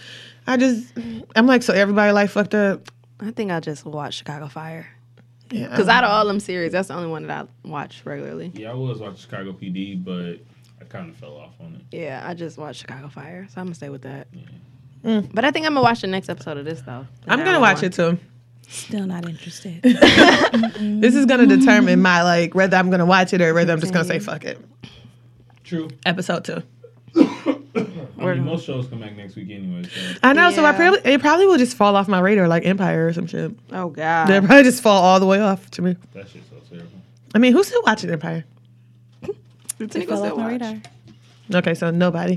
S5: I just, I'm like, so everybody like fucked up.
S4: I think I'll just watch Chicago Fire.
S5: Yeah,
S4: Because out of all them series, that's the only one that I watch regularly.
S7: Yeah, I was watching Chicago PD, but I kind of fell off on it.
S4: Yeah, I just watch Chicago Fire, so I'm gonna stay with that. But I think I'm gonna watch the next episode of this though.
S5: Mm. I'm gonna watch it too.
S6: Still not interested.
S5: This is gonna determine my like whether I'm gonna watch it or whether I'm just gonna say
S4: Mm-hmm.
S5: fuck it.
S7: True.
S5: Episode two.
S7: I mean, most shows come back next week anyway. So.
S5: I know, so I
S4: Yeah.
S5: probably it probably will just fall off my radar like Empire or some shit.
S4: Oh God.
S5: They'll probably just fall all the way off to me.
S7: That shit's so terrible.
S5: I mean, who's still watching Empire?
S4: Tanika
S6: Fell
S4: said
S6: off my
S4: watch.
S6: radar.
S5: Okay, so nobody.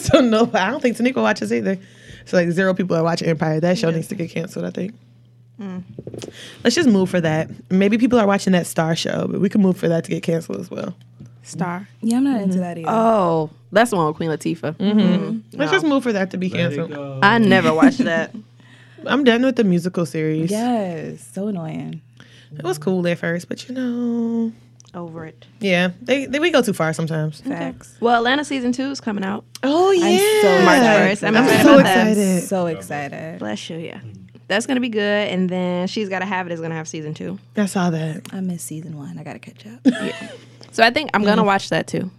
S5: so no, I don't think Tanika watches either. So like zero people are watching Empire. That show needs to get canceled. I think.
S4: Mm.
S5: Let's just move for that. Maybe people are watching that Star show, but we can move for that to get canceled as well.
S4: Star.
S6: Yeah, I'm not into that either.
S4: Oh, that's the one with Queen Latifah.
S5: Mm-hmm.
S4: Mm-hmm.
S5: Let's just move for that to be
S7: Let it
S5: canceled.
S7: go.
S4: I never watched that.
S5: I'm done with the musical series.
S6: Yes, so annoying.
S5: It was cool at first, but you know,
S4: Over it.
S5: yeah, they, they we go too far sometimes.
S6: Facts.
S4: Well, Atlanta season two is coming out.
S5: Oh yeah,
S6: so
S4: March
S6: excited.
S4: first. I'm
S5: I'm
S4: excited
S5: so
S4: about that.
S5: excited.
S6: So excited.
S4: Bless you, yeah. That's gonna be good. And then she's gotta have it is gonna have season two.
S5: I saw that.
S6: I missed season one. I gotta catch up.
S4: So I think I'm gonna watch that too.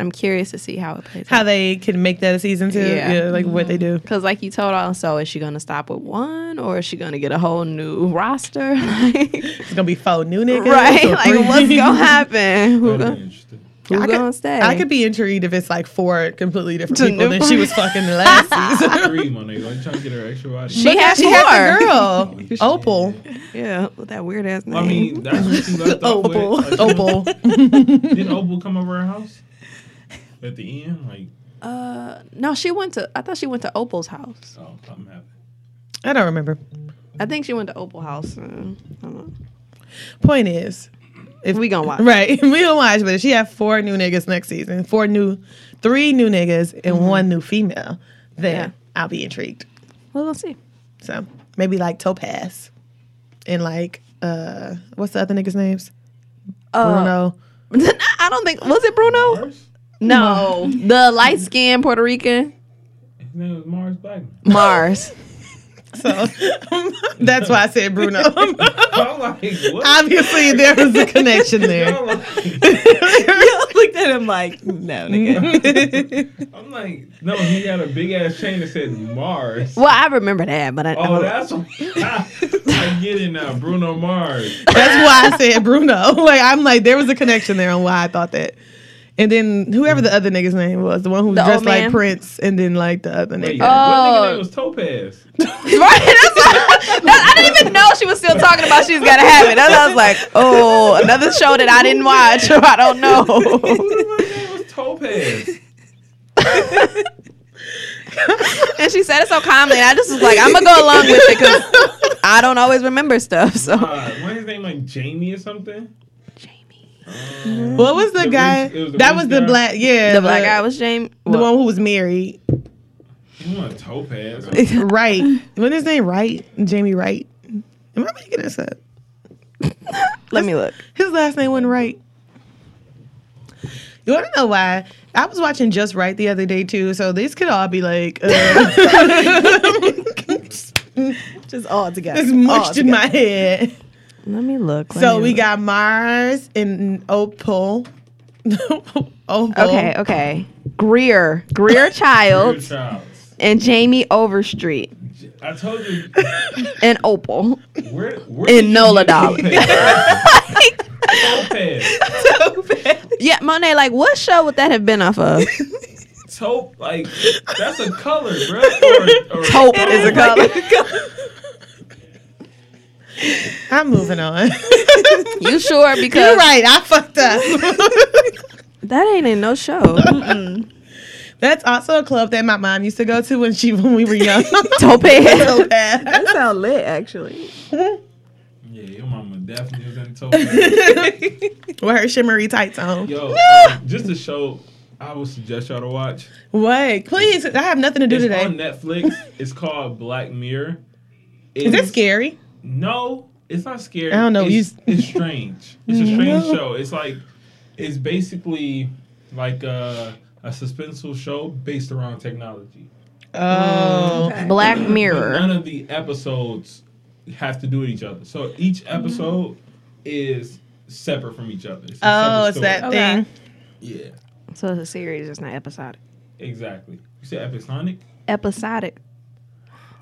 S4: I'm curious to see how it plays
S5: How they can make that a season two.
S4: Yeah.
S5: Yeah, like what they do.
S4: Cause like you told us, so is she gonna stop with one, or is she gonna get a whole new roster? Like,
S5: It's gonna be four new niggas.
S4: right?
S5: or
S4: Like
S5: three.
S4: what's gonna happen? Who
S7: That'd be
S4: gonna,
S7: interesting.
S4: who
S5: I could-
S4: gonna stay?
S5: I could be intrigued if it's like four completely different
S4: To
S5: people
S4: new
S5: than she was fucking the last season.
S7: Three, my nigga. I'm trying to get her extra body.
S4: She had
S5: she
S4: four.
S5: had the girl, oh, Opal.
S4: Yeah, with that weird ass name.
S7: I mean, that's what she left off with.
S5: Opal,
S7: Like,
S5: Opal.
S7: Didn't Opal come over her house at the end? Like,
S4: no, she went to. I thought she went to Opal's house.
S7: oh, something happened.
S5: I don't remember.
S4: I think she went to Opal house. uh, I don't know.
S5: Point is, if
S4: We gonna watch.
S5: right, we don't watch, but if she had four new niggas next season, four new, three new niggas and
S4: Mm-hmm.
S5: one new female, then I'll be intrigued.
S4: Well, we'll see.
S5: So maybe like Topaz, and like uh, what's the other niggas' names?
S4: Uh,
S5: Bruno.
S4: I don't think was it Bruno.
S7: Mars?
S4: No, the light skinned Puerto Rican
S7: His name was Mars Blackman.
S4: Mars.
S5: So that's why I said Bruno.
S7: I'm like, what?
S5: Obviously, there was a connection there.
S7: I'm like,
S6: looked at him like, no, nigga.
S7: I'm like, no, he had a big ass chain that said Mars.
S4: Well, I remember that, but I, I
S7: Oh,
S4: don't-
S7: that's what I get it now, Bruno Mars.
S5: That's why I said Bruno. Like I'm like there was a connection there on why I thought that. And then whoever the other nigga's name was, the one who was
S4: The
S5: dressed
S4: old man?
S5: like Prince, and then like the other
S7: Wait,
S5: nigga.
S7: What nigga
S4: Oh.
S7: name was Topaz?
S4: Right? That's what, that, I didn't even know she was still talking about she's gotta have it. That's why I was like, oh, another show that I didn't watch. I don't know.
S7: His name was Topaz.
S4: And she said it so calmly. And I just was like, I'm gonna go along with it because I don't always remember stuff. So
S7: Uh, what his name like Jamie or something?
S4: Jamie.
S5: What was the,
S7: The
S5: guy?
S7: Reese- it was the
S5: that
S7: Reese
S5: was the
S7: guy.
S5: black. Yeah,
S4: The black guy was James.
S5: the one who was married.
S7: You want a topaz?
S5: Right. Wasn't his name Wright? Jamie Wright. Am I making this up?
S4: Let me look.
S5: His last name wasn't right. You want to know why? I was watching Just Right the other day too, so these could all be like uh,
S4: Just all together.
S5: it's mushed in my head.
S4: Let me look. let
S5: So
S4: me
S5: we
S4: look.
S5: got Mars and Opal. Opal.
S4: Okay, okay. Greer, Greer
S7: Good
S4: Childs,
S7: Childs.
S4: and Jamie Overstreet,
S7: J- I told you.
S4: and Opal,
S7: Where, where
S4: and Nola Dolly.
S7: Topaz. topaz.
S4: Yeah, Monet, like, what show would that have been off of?
S7: Taupe, like, that's a color, bro. Or, or,
S4: Taupe is a color.
S5: I'm moving on.
S4: You sure? Because
S5: You're right. I fucked up.
S4: that ain't in no show.
S5: That's also a club that my mom used to go to when she when we were young.
S4: Topaz.
S5: Topaz.
S6: sound lit, actually.
S7: Yeah, your mama definitely was in Topaz.
S5: With her shimmery tights on.
S7: Yo, um, just a show I would suggest y'all to watch.
S5: What? Please, I have nothing to do
S7: It's
S5: today.
S7: on Netflix. It's called Black Mirror.
S5: Is
S7: It's-
S5: that scary?
S7: No, it's not scary.
S5: I don't know,
S7: It's,
S5: you-
S7: it's strange. It's a strange show. It's like it's basically like a, a suspenseful show based around technology.
S5: Oh.
S4: Black
S7: But none
S4: Mirror.
S7: of the episodes have to do with each other. So each
S5: Mm-hmm.
S7: episode is separate from each other. It's a
S5: Oh,
S7: separate
S5: it's that
S7: story.
S5: thing.
S7: Yeah,
S4: So it's a series, it's not episodic.
S7: exactly. You said episodic.
S4: Episodic.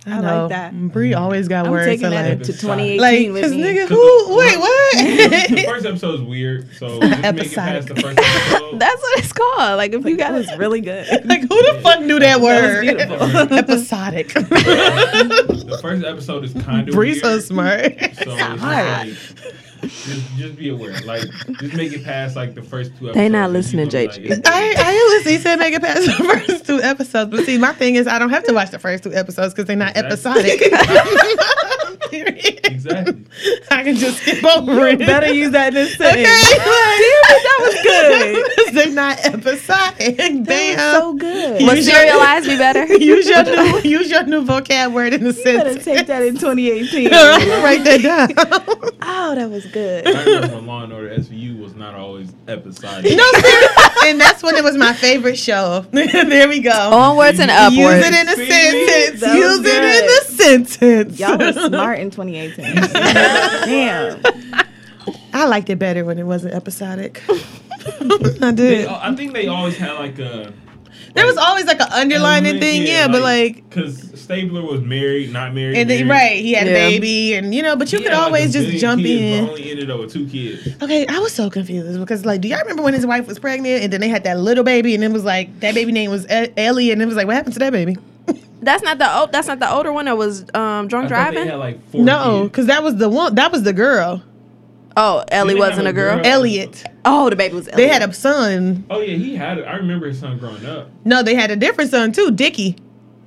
S6: I
S5: No,
S6: like that.
S5: Bree always got
S6: I'm
S5: words.
S6: taking
S5: so
S6: that
S5: like,
S7: it
S6: to
S7: Like,
S5: like,
S6: 2018 with
S5: cause
S6: me.
S5: nigga,
S7: Mm-hmm. Cause
S5: who?
S7: the-
S5: Wait,
S7: the
S5: what?
S7: first episode's weird, so just make it past the first episode.
S4: That's what it's called. Like, if you got
S6: It's really good.
S5: like, who the fuck knew that word?
S7: the
S5: Episodic.
S7: first episode is kind of
S5: Bree's so
S7: weird.
S5: smart.
S7: So it's just
S5: hard.
S7: like, just, just be aware. Like, just make it past like the first two.
S4: They not
S7: episodes, and
S4: listening, JJ.
S7: you gonna be
S5: I, I listen. He said make it past the first two episodes, but see, my thing is I don't have to watch the first two episodes because they're not
S7: Exactly.
S5: episodic. Period.
S7: Exactly.
S5: I can just skip over it.
S6: Better use that in this
S5: Okay.
S6: sentence.
S5: that
S6: was good.
S5: they're not episodic. Damn.
S6: So good.
S4: Would
S5: Use your-
S4: serialized be better?
S5: use your new use your new vocab word in the
S6: Better
S5: sentence.
S6: take that in 2018.
S5: Write that down.
S6: Oh, that was good.
S7: I remember when Law and Order SVU was not always episodic.
S5: no, seriously. and that's when it was my favorite show. there we go.
S4: Onwards and
S5: use
S4: upwards.
S5: it in a
S7: See?
S5: sentence.
S6: That
S5: Use
S6: was
S5: it in a sentence.
S6: Y'all were smart in 2018. Damn.
S5: I liked it better when it wasn't episodic. I
S7: They,
S5: did.
S7: I think they always had like a
S5: There was always like an underlining
S7: element,
S5: thing, yeah, but like,
S7: because Stabler was married, not married,
S5: and then,
S7: married.
S5: right, he had a
S4: Yeah.
S5: baby, and you know, but you
S7: He
S5: could
S7: had, like,
S5: always
S7: a
S5: just
S7: billion
S5: jump
S7: kids,
S5: in.
S7: But only ended up with two kids.
S5: Okay, I was so confused because like, do y'all remember when his wife was pregnant and then they had that little baby and it was like that baby name was E- Ellie and it was like what happened to that baby?
S4: That's not the old. That's not the older one that was um, drunk
S7: I thought
S4: driving.
S7: They had like four
S5: No,
S7: kids.
S5: because that was the one that was the girl
S4: oh, Ellie
S7: They didn't
S4: wasn't a
S7: have a
S4: girl.
S7: girl.
S5: Elliot.
S4: Oh, the baby was. Ellie.
S5: They had a son.
S7: Oh yeah, he had it. I remember his son growing up.
S5: No, they had a different son too, Dickie.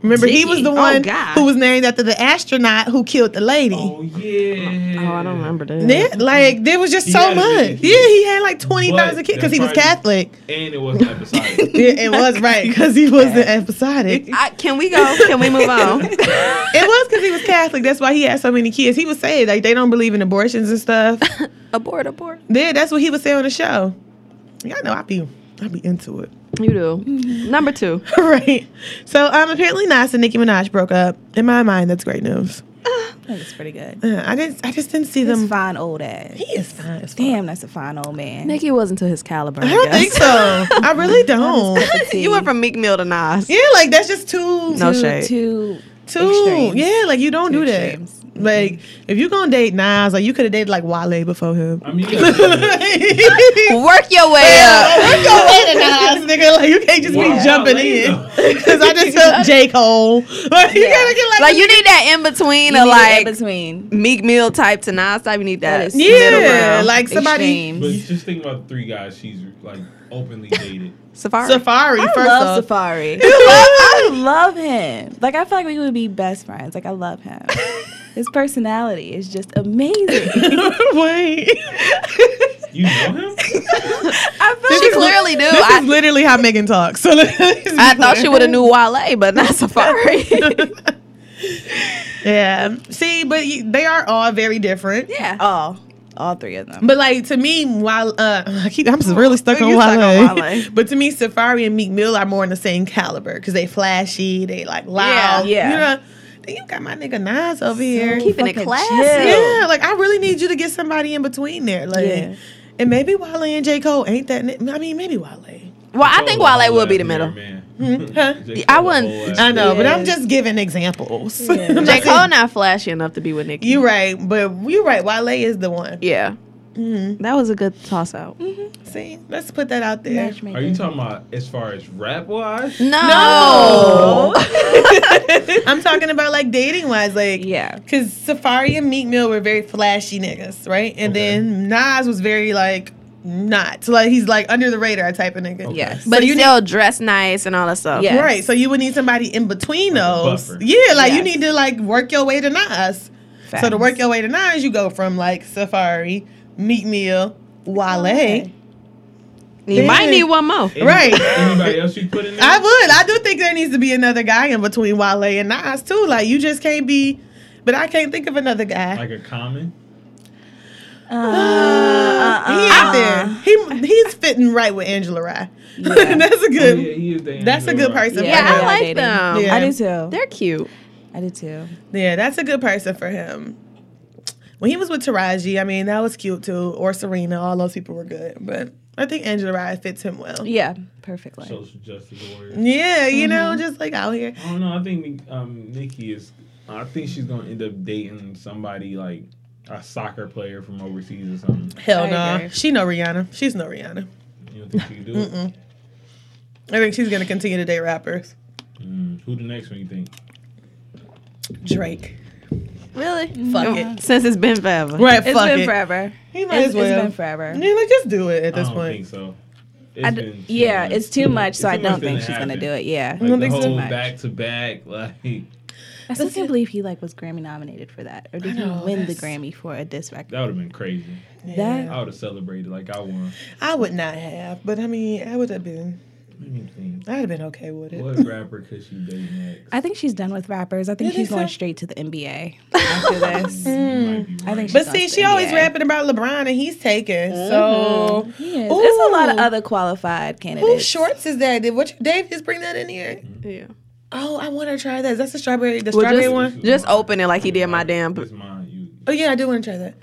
S5: Remember he was
S4: Dickie?
S5: the
S4: Oh,
S5: one
S4: God.
S5: who was named after the astronaut who killed the lady.
S7: Oh yeah.
S4: Oh, I don't remember that.
S5: Then, like there was just
S7: He
S5: so
S7: had a
S5: much.
S7: million
S5: Yeah, he had like twenty thousand
S7: But
S5: kids because he was
S7: that's probably-
S5: Catholic.
S7: And it wasn't episodic.
S5: Yeah, it was right because he wasn't episodic.
S4: I, can we go? Can we move on?
S5: It was because he was Catholic. That's why he had so many kids. He was saying like they don't believe in abortions and stuff.
S4: abort, abort.
S5: yeah, that's what he was saying on the show. Y'all know I be I be into it.
S4: You do. Number two.
S5: right. So um apparently Nas and Nicki Minaj broke up. In my mind, that's great news.
S6: That's pretty good.
S5: Uh, I didn't I just didn't see
S6: This
S5: them.
S6: fine old ass.
S5: He is fine. as fuck.
S6: Damn, that's a fine old man.
S4: Nikki wasn't to his caliber. I,
S5: I don't think so. I really don't.
S4: you went from Meek Mill to Nas.
S5: yeah, like that's just too
S4: No
S6: Two-
S4: shade.
S6: two
S5: too.
S6: extremes.
S5: Yeah, like you don't
S6: Two
S5: do that.
S6: extremes.
S5: Like if you gonna date Nas, like you could have dated like Wale before him.
S7: I mean, you gotta say that.
S4: Work your way up.
S5: We're going way to Nas, nigga. Like you can't just
S7: Wow.
S5: be jumping in because I just took J Cole. Like you
S6: Yeah.
S5: gotta get like,
S4: Like you need that in between
S6: You
S4: of
S6: need an
S4: like
S6: in between.
S4: Meek Mill type to Nas type. You need that.
S6: That is
S4: middle
S5: yeah,
S4: ground.
S5: like somebody
S7: But
S6: Extremes.
S7: just think about the three guys she's like openly dated.
S4: Safari.
S5: Safari.
S6: I
S5: first
S6: love
S5: off.
S6: Safari. I love him. Like I feel like we would be best friends. Like I love him. His personality is just amazing.
S5: Wait.
S7: You know him?
S4: I feel she clearly do.
S5: This is
S4: I,
S5: literally how Megan talks. So
S4: I thought she would have knew Wale, but not Safari.
S5: Yeah. See, but y- they are all very different.
S6: Yeah.
S4: oh,
S6: All three of them.
S5: But like to me, while uh, I keep, I'm really stuck on
S4: you stuck
S5: Wale.
S4: on Wale.
S5: but to me, Safari and Meek Mill are more in the same caliber because they flashy, they like loud.
S4: yeah.
S5: You know, then you got my nigga Nas over here.
S4: keeping it
S6: fucking
S4: classy.
S5: Yeah, like I really need you to get somebody in between there. Like,
S4: Yeah.
S5: and maybe Wale and J Cole ain't that. ni- I mean, maybe Wale.
S4: Well, I think Wale will be the
S7: Yeah,
S4: middle.
S7: man.
S5: Hmm? Huh?
S7: J.
S4: I
S7: Cole
S4: wouldn't-
S7: whole ass
S5: I know, but I'm
S6: Yeah.
S5: just giving examples.
S4: J. Cole not flashy enough to be with Nicki.
S5: you right, but you right. Wale is the one.
S4: yeah.
S5: Mm-hmm.
S4: That was a good toss out.
S5: See, let's put that out there.
S6: Matchmaker.
S7: Are you talking about as far as rap wise?
S4: No.
S5: I'm talking about like dating wise, like
S6: Yeah.
S5: because Safari and Meek Mill were very flashy niggas, right? And
S7: Okay.
S5: then Nas was very like not like he's like under the radar type of nigga.
S6: Yes.
S4: But
S5: So you
S4: you still dress nice and all that stuff.
S6: Yeah. Yes.
S5: Right, so you would need somebody in between
S7: Like a
S5: those.
S7: buffer.
S5: Yeah, like you
S6: Yes.
S5: need to like work your way to Nas. So to work your way to Nas, you go from like Safari, Meek Mill, Wale.
S6: Okay.
S4: You might need one more.
S7: Any-
S5: Right.
S7: Anybody else you put in there?
S5: I would. I do think there needs to be another guy in between Wale and Nas too. Like you just can't be. But I can't think of another guy.
S7: like a common.
S6: Uh-uh.
S5: he out there. He he's fitting right with Angela Rye. that's a
S7: Oh,
S5: good.
S7: yeah, he is the
S5: That's a
S7: Andrew
S5: good
S7: Rock.
S5: person.
S4: Yeah,
S5: for
S4: I
S5: him.
S4: like
S6: dating.
S4: them.
S5: Yeah.
S6: I do too.
S4: They're cute.
S6: I do too.
S5: Yeah, that's a good person for him. When he was with Taraji, I mean that was cute too. Or Serena, all those people were good. But I think Angela Rye fits him well. Yeah,
S6: Yeah, perfectly.
S7: Social justice warrior.
S5: you know,
S6: Mm-hmm.
S5: just like out here.
S7: I don't know. I think um, Nikki is. I think she's gonna end up dating somebody like a soccer player from overseas or something.
S5: Hell
S6: I
S5: no,
S6: agree.
S5: she no Rihanna. She's no Rihanna.
S7: You don't think she can do it?
S5: I think she's gonna continue to date rappers.
S7: Mm, who the next one you think?
S5: Drake.
S4: Really?
S5: Fuck it.
S4: Since it's been forever.
S5: Right.
S6: It's
S5: fuck
S6: been
S5: it.
S6: forever.
S5: He might
S6: It's,
S5: as
S6: it's
S5: well.
S6: been forever.
S5: yeah, like just do it at
S7: I
S5: this
S7: don't
S5: point.
S7: think so.
S6: I
S7: It's
S6: d-
S7: been too
S6: yeah,
S7: much.
S6: it's too much, so
S7: It's
S6: I
S7: too
S6: don't
S7: much
S6: think
S7: that
S6: she's gonna
S7: happened.
S6: do it. Yeah,
S7: Like,
S5: don't
S7: the
S5: think so.
S7: whole
S6: much.
S7: back to back, like
S6: I still can't believe he like was Grammy nominated for that, or did he win the Grammy for a diss record?
S7: that would have been crazy.
S6: That
S7: I would have celebrated like I won.
S5: I would not have, but I mean, I would have been.
S7: Let me think.
S5: I'd have been okay with it.
S7: What rapper could she date next?
S6: I think she's done with rappers. I think
S5: You think
S6: she's going
S5: so?
S6: straight to the NBA
S7: You
S6: after this.
S7: might be
S6: Mm, I
S7: right.
S6: think, she's
S5: But
S6: going
S5: see,
S6: to
S5: she
S6: the
S5: always
S6: NBA.
S5: rapping about LeBron, and he's taken. So
S6: He is. There's a lot of
S5: Ooh.
S6: other qualified
S5: who
S6: candidates.
S5: shorts is that? Did what you, Dave just bring that in here?
S4: Yeah.
S5: Oh, I want to try that. That's the strawberry, the
S4: Well,
S5: strawberry
S4: just-
S5: one.
S4: Just open it like he did my damn.
S7: It's mine. You,
S5: Oh yeah, I do want to try that.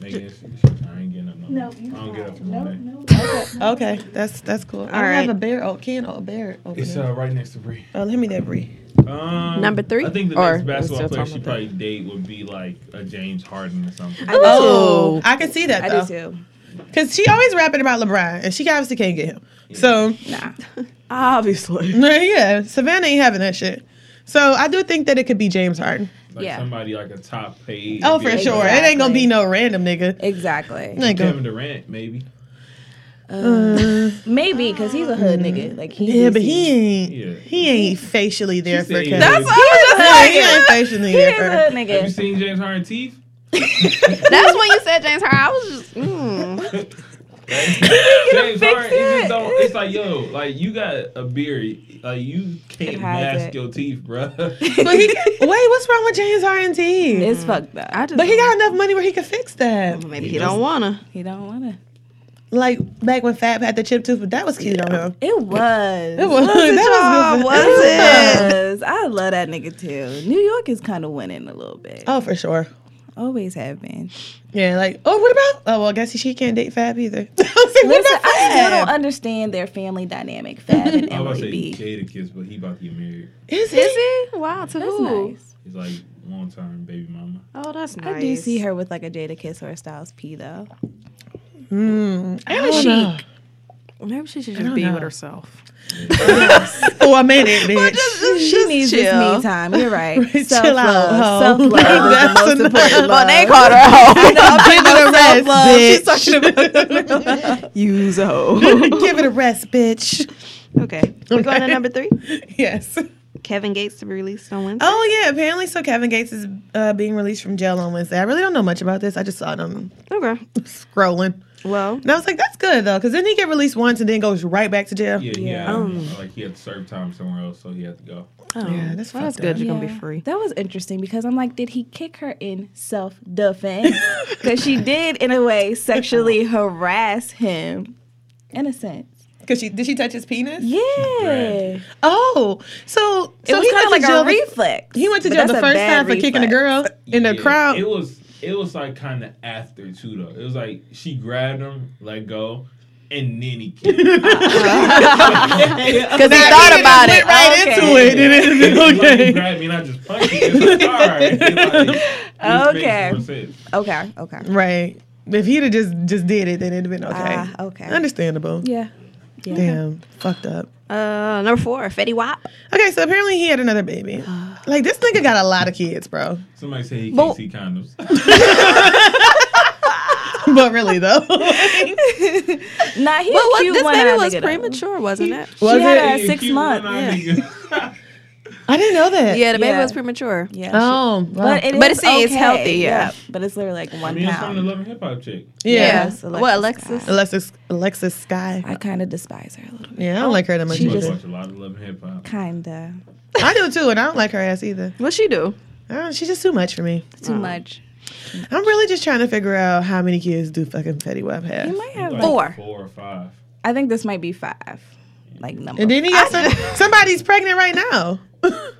S7: Megan, it's- I ain't getting up no. more. I don't get up no, no.
S5: Okay, that's that's cool. I
S4: right.
S5: have a bear oak can or a bear oak.
S7: It's uh, right next to Bree.
S5: oh, let me that Brie.
S7: Um,
S4: Number three?
S7: I think the
S4: Or-
S7: next basketball
S4: Let's still
S7: player
S4: talk
S7: she
S4: about
S7: probably date would be like a James Harden or something.
S5: Oh, I can see that
S6: I do
S5: though,
S6: too.
S5: because she always rapping about LeBron, and she obviously can't get him. So
S6: Nah.
S4: Obviously.
S5: yeah, Savannah ain't having that shit. So I do think that it could be James Harden.
S7: Like
S6: yeah.
S7: somebody like a top paid.
S5: Oh, for
S7: Yeah.
S5: sure. It ain't gonna be no random nigga.
S6: Exactly.
S5: Ain't gonna-
S7: Kevin Durant, maybe.
S6: Maybe because he's a hood nigga. Like he.
S5: Yeah,
S6: DC.
S5: but he ain't.
S7: Yeah.
S5: He ain't facially there
S7: She
S5: for
S7: said-
S5: Kevin.
S7: That's
S4: That's what I was just like.
S5: he ain't facially
S6: He is a
S5: there
S6: hood
S5: for.
S7: Have you
S6: nigga.
S7: seen James Harden teeth?
S4: That's when you said James Harden. I was just. Mm.
S7: James
S6: fix
S7: Harden, he just
S6: it.
S7: don't. It's like yo, like you got a beard, like you can't
S6: hides
S7: mask
S6: it.
S7: your teeth, bro.
S5: But he, wait, what's wrong with James Harden team?
S6: It's fucked up.
S4: I just.
S5: But he got enough money where he could fix that.
S4: Maybe he don't wanna.
S6: he don't want to.
S5: Like back when Fab had the chip tooth, but that was cute on him.
S6: It was.
S5: It was, that was good.
S4: was
S5: for-
S4: it?
S6: was. I love that nigga too. New York is kind of winning a little bit.
S5: Oh, for sure.
S6: Always have been.
S5: Yeah, like oh, what about? Oh, well, I guess she can't date Fab either. I was like, what
S6: Listen,
S5: about
S6: I still don't
S5: Fab?
S6: understand their family dynamic, Fab and
S7: I was about
S6: Emily
S7: to say
S6: B.
S7: Jada kiss, but he about to get married.
S5: Is
S4: Is
S5: it?
S4: he? Wow, to
S6: That's
S4: who?
S6: nice.
S7: He's like long time baby mama.
S4: Oh, that's nice.
S6: I do see her with like a Jada Kiss or a Styles P though.
S5: I don't
S6: Chic.
S5: know.
S4: Maybe she should just be with herself.
S5: Oh, I made it, bitch.
S6: She needs this me time. You're right.
S5: Chill out,
S6: Self-love.
S5: hoe.
S6: Self-love.
S5: That's enough.
S4: But they called her a hoe.
S5: Give it a rest, bitch.
S4: Use a hoe.
S5: Give it a rest, bitch.
S4: okay. We're going to number three.
S5: Yes.
S4: Kevin Gates to be released on Wednesday.
S5: Oh yeah, apparently so. Kevin Gates is uh, being released from jail on Wednesday. I really don't know much about this. I just saw them
S4: Okay.
S5: scrolling,
S4: Well,
S5: and I was like, "That's good though," because then he get released once and then goes right back to jail.
S7: Yeah,
S6: Yeah.
S7: yeah.
S4: Um.
S7: like he had served time somewhere else, so he had to go.
S4: oh,
S5: Yeah, that's
S4: well, that's
S5: fucked
S4: good.
S5: up.
S4: You're gonna be free.
S6: That was interesting because I'm like, did he kick her in self defense? Because she did, in a way, sexually harass him. In a sense.
S5: Because she did she touch his penis?
S6: Yeah.
S7: Right.
S5: Oh, so
S6: It
S5: so
S6: was kind of like
S5: to jail
S6: a
S5: the-
S6: reflex.
S5: He went to
S6: but
S5: jail the
S6: that's a
S5: first
S6: bad
S5: time for kicking a
S6: reflex.
S5: girl in the
S7: Yeah,
S5: crowd.
S7: It was it was like kind of after too though. It was like she grabbed him, let go, and then he kicked. him.
S4: Because he thought about it.
S5: right
S6: Okay.
S5: into it. And then,
S7: Like,
S5: okay.
S7: he grabbed me and I just punched him. It's like, all right. Like, this makes
S6: Okay.
S7: more sense.
S6: Okay. Okay.
S5: Right. If he'd have just just did it, then it'd have been okay.
S6: Ah, okay.
S5: Understandable.
S6: Yeah.
S5: Damn. Fucked up.
S4: Uh, number four, Fetty Wap.
S5: Okay, so apparently he had another baby. Like this nigga got a lot of kids, bro.
S7: Somebody said he
S4: But-
S7: can't see condoms.
S5: But really though,
S6: Nah, he
S4: Well,
S6: a
S4: what,
S6: cute
S4: this
S6: one
S4: baby
S6: eye
S4: was
S6: nigga, though.
S4: premature, wasn't it?
S5: Was
S6: she had
S5: it?
S6: a six
S7: Cute
S6: month.
S7: one eye nigga.
S5: I didn't know that.
S4: Yeah, the baby
S6: Yeah.
S4: was premature.
S6: Yeah.
S5: Oh, wow.
S6: But it is
S4: But see, it's
S6: okay,
S4: healthy, yeah.
S6: But it's literally like
S7: I
S6: one
S7: mean, it's from the
S6: pound.
S7: Love and Hip Hop chick.
S5: yeah.
S6: Yes,
S4: What,
S6: Alexis
S4: Alexis?
S5: Alexis Alexis Sky.
S6: I kind of despise her a little bit.
S5: Yeah, I don't like her that much.
S6: She
S7: She
S5: either.
S6: just-
S7: watch a lot of Love and Hip Hop.
S6: Kinda.
S5: I do too, and I don't like her ass either.
S4: What'd she do?
S5: I don't- she's just too much for me.
S6: Too much.
S5: I'm really just trying to figure out how many kids do fucking Fetty Web have.
S6: You might have.
S7: Like
S6: like-
S4: Four.
S7: Four or five.
S6: I think this might be five. Like number.
S5: And then he got some, somebody's pregnant right now.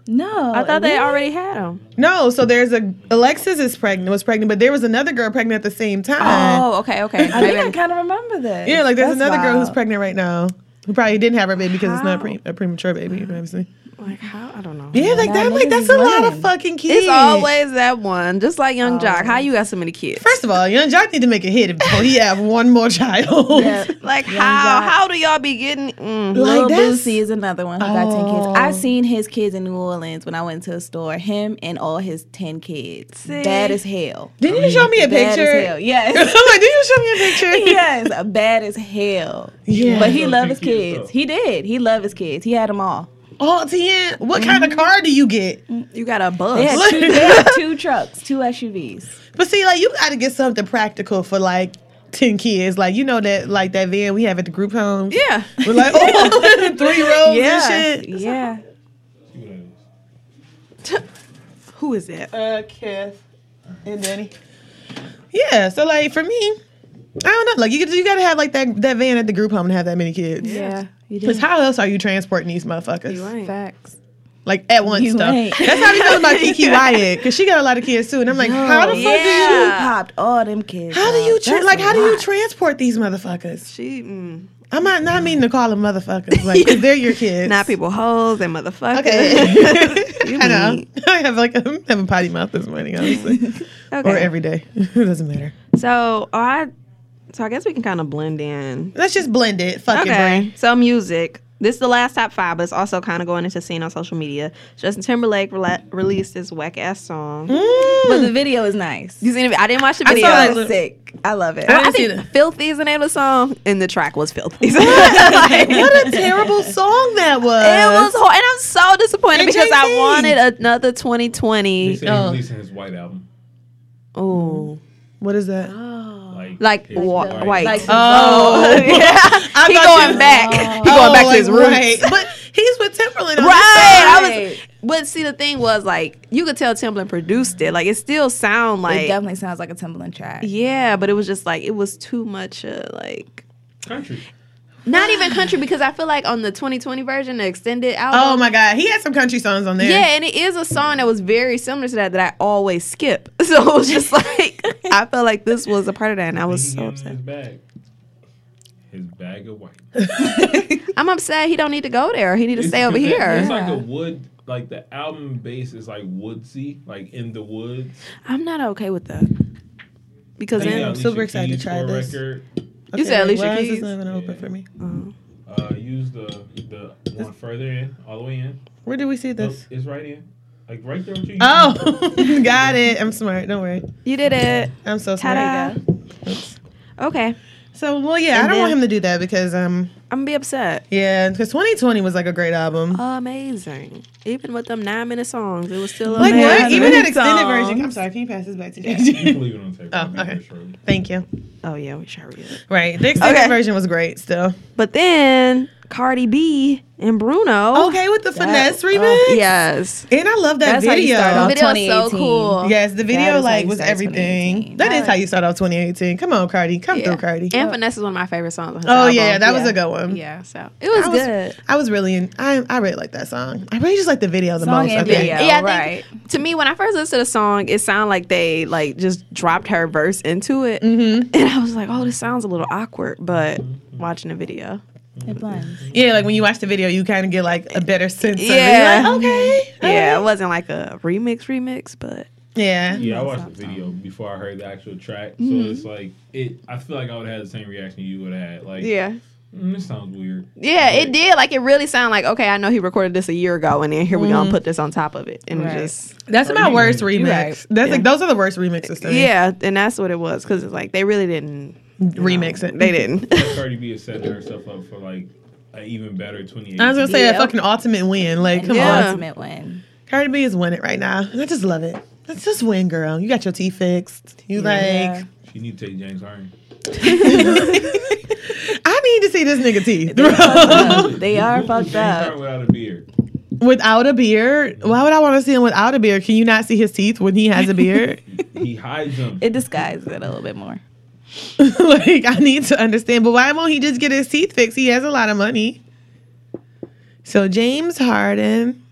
S6: no,
S4: I thought they already had him.
S5: No, so there's a Alexis is pregnant was pregnant, but there was another girl pregnant at the same time.
S4: Oh, okay, okay.
S6: I think I kind of remember this.
S5: yeah, like there's
S6: That's
S5: another girl who's
S6: wild.
S5: pregnant right now who probably didn't have her baby because it's not a, pre-
S6: How?
S5: a premature baby, obviously.
S4: like how? I don't know.
S5: Yeah, like that,
S6: that
S5: like that's
S6: nigga's
S5: a lot of
S6: lame.
S5: fucking kids.
S4: It's always that one, just like Young Jock. How you got so many kids?
S5: First of all, young Jock need to make a hit before he have one more child.
S4: like how?
S6: Jock.
S4: How do y'all be getting? Mm.
S5: Like
S6: Lil
S5: this?
S6: Boosie is another one who got ten
S5: Oh.
S6: kids. I seen his kids in New Orleans when I went to a store. Him and all his ten kids. Bad as hell.
S5: Didn't you show me a
S6: Bad as
S5: picture?
S6: hell. Yes.
S5: I'm like, did you show me a picture?
S6: yes, bad as hell.
S5: Yeah.
S6: But he
S7: Those
S6: loved his
S7: ten kids,
S6: kids.
S7: though.
S6: He did. He loved his kids. He had them all.
S5: All ten. Oh, What kind of car do you get?
S4: You got a bus.
S5: Oh,
S6: They had two, they had two trucks, two SUVs.
S5: But see, like you got to get something practical for like ten kids. Like you know that like that van we have at the group homes.
S4: Yeah.
S5: We're like, oh, three rows
S6: Yeah.
S5: and shit.
S6: Yeah.
S7: She was like,
S4: Who is that?
S5: Uh, Kev and Danny. Yeah. So like for me, I don't know. Like you, you gotta have like that that van at the group home to have that many kids.
S6: Yeah. You
S5: Cause
S6: did.
S5: how else are you transporting these motherfuckers?
S4: You ain't.
S6: Facts.
S5: Like at once
S6: You
S5: though.
S6: ain't.
S5: That's how we feel about Kiki Wyatt. Cause she got a lot of kids too. And I'm like, how the fuck do you?
S6: He
S4: Yeah.
S6: popped all them kids.
S5: How do
S6: off.
S5: you tra-
S6: That's
S5: like?
S6: a
S5: How do you
S6: lot.
S5: transport these motherfuckers?
S4: She mm,
S5: I might not mean to call them motherfuckers, like 'cause they're your kids.
S4: not people hoes and motherfuckers.
S5: Okay.
S4: You
S5: I know.
S4: mean.
S5: I have like I'm having potty mouth this morning, obviously,
S4: Okay.
S5: or every day. it doesn't matter.
S4: so I, so I guess we can kind of blend in.
S5: Let's just blend it. Fuck it,
S4: Okay,
S5: brain.
S4: so music. This is the last top five, but it's also kind of going into scene on social media. Justin Timberlake rela- released his whack ass song.
S6: But the video is nice.
S4: You seen it? Hmm? I didn't watch the
S5: I
S4: video.
S5: saw
S4: I,
S5: it.
S6: It's sick. I love it.
S5: didn't see
S4: think
S5: that.
S4: "Filthy" is the name of the song, and the track was "Filthy." Like,
S5: What a terrible song that was.
S4: It was, hor- and I'm so disappointed
S5: And
S4: because
S5: Jay-Z.
S4: I wanted another
S7: They
S4: 2020.
S7: said
S5: Oh.
S7: he's releasing his white album.
S4: Ooh,
S5: What is that?
S4: Oh,
S7: Like,
S4: like
S7: his
S4: wa- white.
S6: Like,
S5: Oh,
S4: yeah. He
S5: thought
S4: going
S5: you-
S4: back. He going back to his roots.
S5: right. But he's with Timberland. on this
S4: Right.
S5: song.
S4: I was. But see, the thing was, like, you could tell Timbaland produced it. Like, it still sound
S6: it
S4: like.
S6: definitely sounds like a tumbling track.
S4: yeah, but it was just like it was too much. Uh, like.
S7: Country.
S4: Not even country because I feel like on the 2020 version, the extended album.
S5: Oh my god, he had some country songs on there.
S4: Yeah, and it is a song that was very similar to that that I always skip. So it was just like I felt like this was a part of that, and I was
S7: He
S4: so
S7: gave him
S4: upset.
S7: His bag. His bag of white.
S4: I'm upset he don't need to go there. He need to
S7: It's
S4: stay over
S7: 'cause that- It's
S4: here.
S7: like a wood. Like the album base is like woodsy, like in the woods.
S4: I'm not okay with that because
S7: They
S4: then
S7: got
S5: I'm super
S7: Alicia
S5: excited to
S7: Keys
S5: try
S7: for a
S5: this.
S7: record.
S5: Okay,
S4: You said
S5: wait,
S4: Alicia
S5: why is this
S4: Keys.
S5: not gonna open for me?
S7: Uh, use the the one further in, all the way in.
S5: Where do we see
S7: Nope,
S5: this?
S7: it's right in, like right there. With you.
S5: Oh, got it. I'm smart. Don't worry.
S4: you did it.
S5: I'm so smart.
S4: Ta-da. Okay.
S5: So well, yeah, I
S4: And
S5: don't want
S4: then-
S5: him to do that because um,
S4: I'm gonna be upset.
S5: Yeah, because 2020 was like a great
S4: Oh,
S5: album.
S4: Amazing. Even with them nine minute songs, it was still
S5: like
S4: amazing.
S5: what? Even that
S6: amazing
S5: extended
S6: song.
S5: version. I'm sorry. Can you pass this back to
S7: You
S5: Jay?
S7: can leave it on the table.
S5: Oh,
S7: I'm not
S5: okay.
S7: sure.
S5: Thank you.
S4: Oh yeah, we sure did.
S5: Right, the extended
S4: Okay.
S5: version was great. Still.
S4: But then Cardi B and Bruno.
S5: Okay, with the finesse remix.
S4: Oh, yes.
S5: And I love that
S6: That's how you
S5: video.
S6: start off
S8: The video's so
S6: 2018.
S8: cool.
S5: Yes, the
S6: That is
S5: video
S6: how
S5: like
S6: you
S5: was
S6: start
S5: everything.
S6: 2018.
S5: That is how you start off 2018. Come on, Cardi, come
S4: Yeah.
S5: through, Cardi.
S4: And Finesse is one of my favorite songs. On his
S5: Oh yeah,
S4: album.
S5: that was
S6: Yeah.
S5: a good one.
S4: yeah. So
S8: It was,
S5: I was,
S8: good.
S5: I was really in, I I really like that song. I really just like the video the
S6: Song
S5: most.
S6: and
S5: I think.
S6: video.
S4: yeah, I
S6: right.
S4: think to me when I first listened to the song, it sounded like they like just dropped her verse into it,
S5: Mm. Mm-hmm.
S4: and I was like, "Oh, this sounds a little awkward." But watching the video,
S6: It blends.
S5: Yeah, like when you watch the video, you kind of get like a better sense.
S4: Yeah.
S5: Yeah. Of it. You're like, okay.
S4: yeah, it
S5: alright.
S4: wasn't like a remix remix, but
S5: Yeah.
S7: Yeah, I watched the video before I heard the actual track, so
S5: Mm-hmm.
S7: it's like it. I feel like I would have had the same reaction you would have had. Like,
S4: yeah,
S7: mm, this sounds weird.
S4: yeah, it did. Like it really sounded like okay, I know he recorded this a year ago, and then here we
S5: Mm-hmm.
S4: gonna put this on top of it, and it
S6: Right.
S4: just
S5: That's my
S7: you
S5: worst
S7: right.
S5: remix.
S6: right.
S5: That's like those are the worst remixes. To me.
S4: yeah, and that's what it was because it's like they really didn't
S5: remix it.
S4: They didn't.
S7: Cardi B is setting herself up for like an even better 2018.
S5: I was gonna say that
S6: Yeah.
S5: fucking ultimate win. Like, come
S4: Yeah.
S5: on,
S6: Ultimate win.
S5: Cardi B is winning right now. And I just love it. Let's just win, girl. You got your teeth fixed. You
S6: Yeah.
S5: like.
S7: she need to take James Harden.
S5: I need to see this nigga teeth
S6: They are
S7: Who was
S6: fucked
S7: James
S6: up.
S7: Harden without a beard.
S5: without a beard. Why would I want to see him without a beard? Can you not see his teeth when he has a beard?
S7: He hides them.
S6: It disguises it a little bit more.
S5: like, I need to understand. But why won't he just get his teeth fixed? He has a lot of money. So James Harden.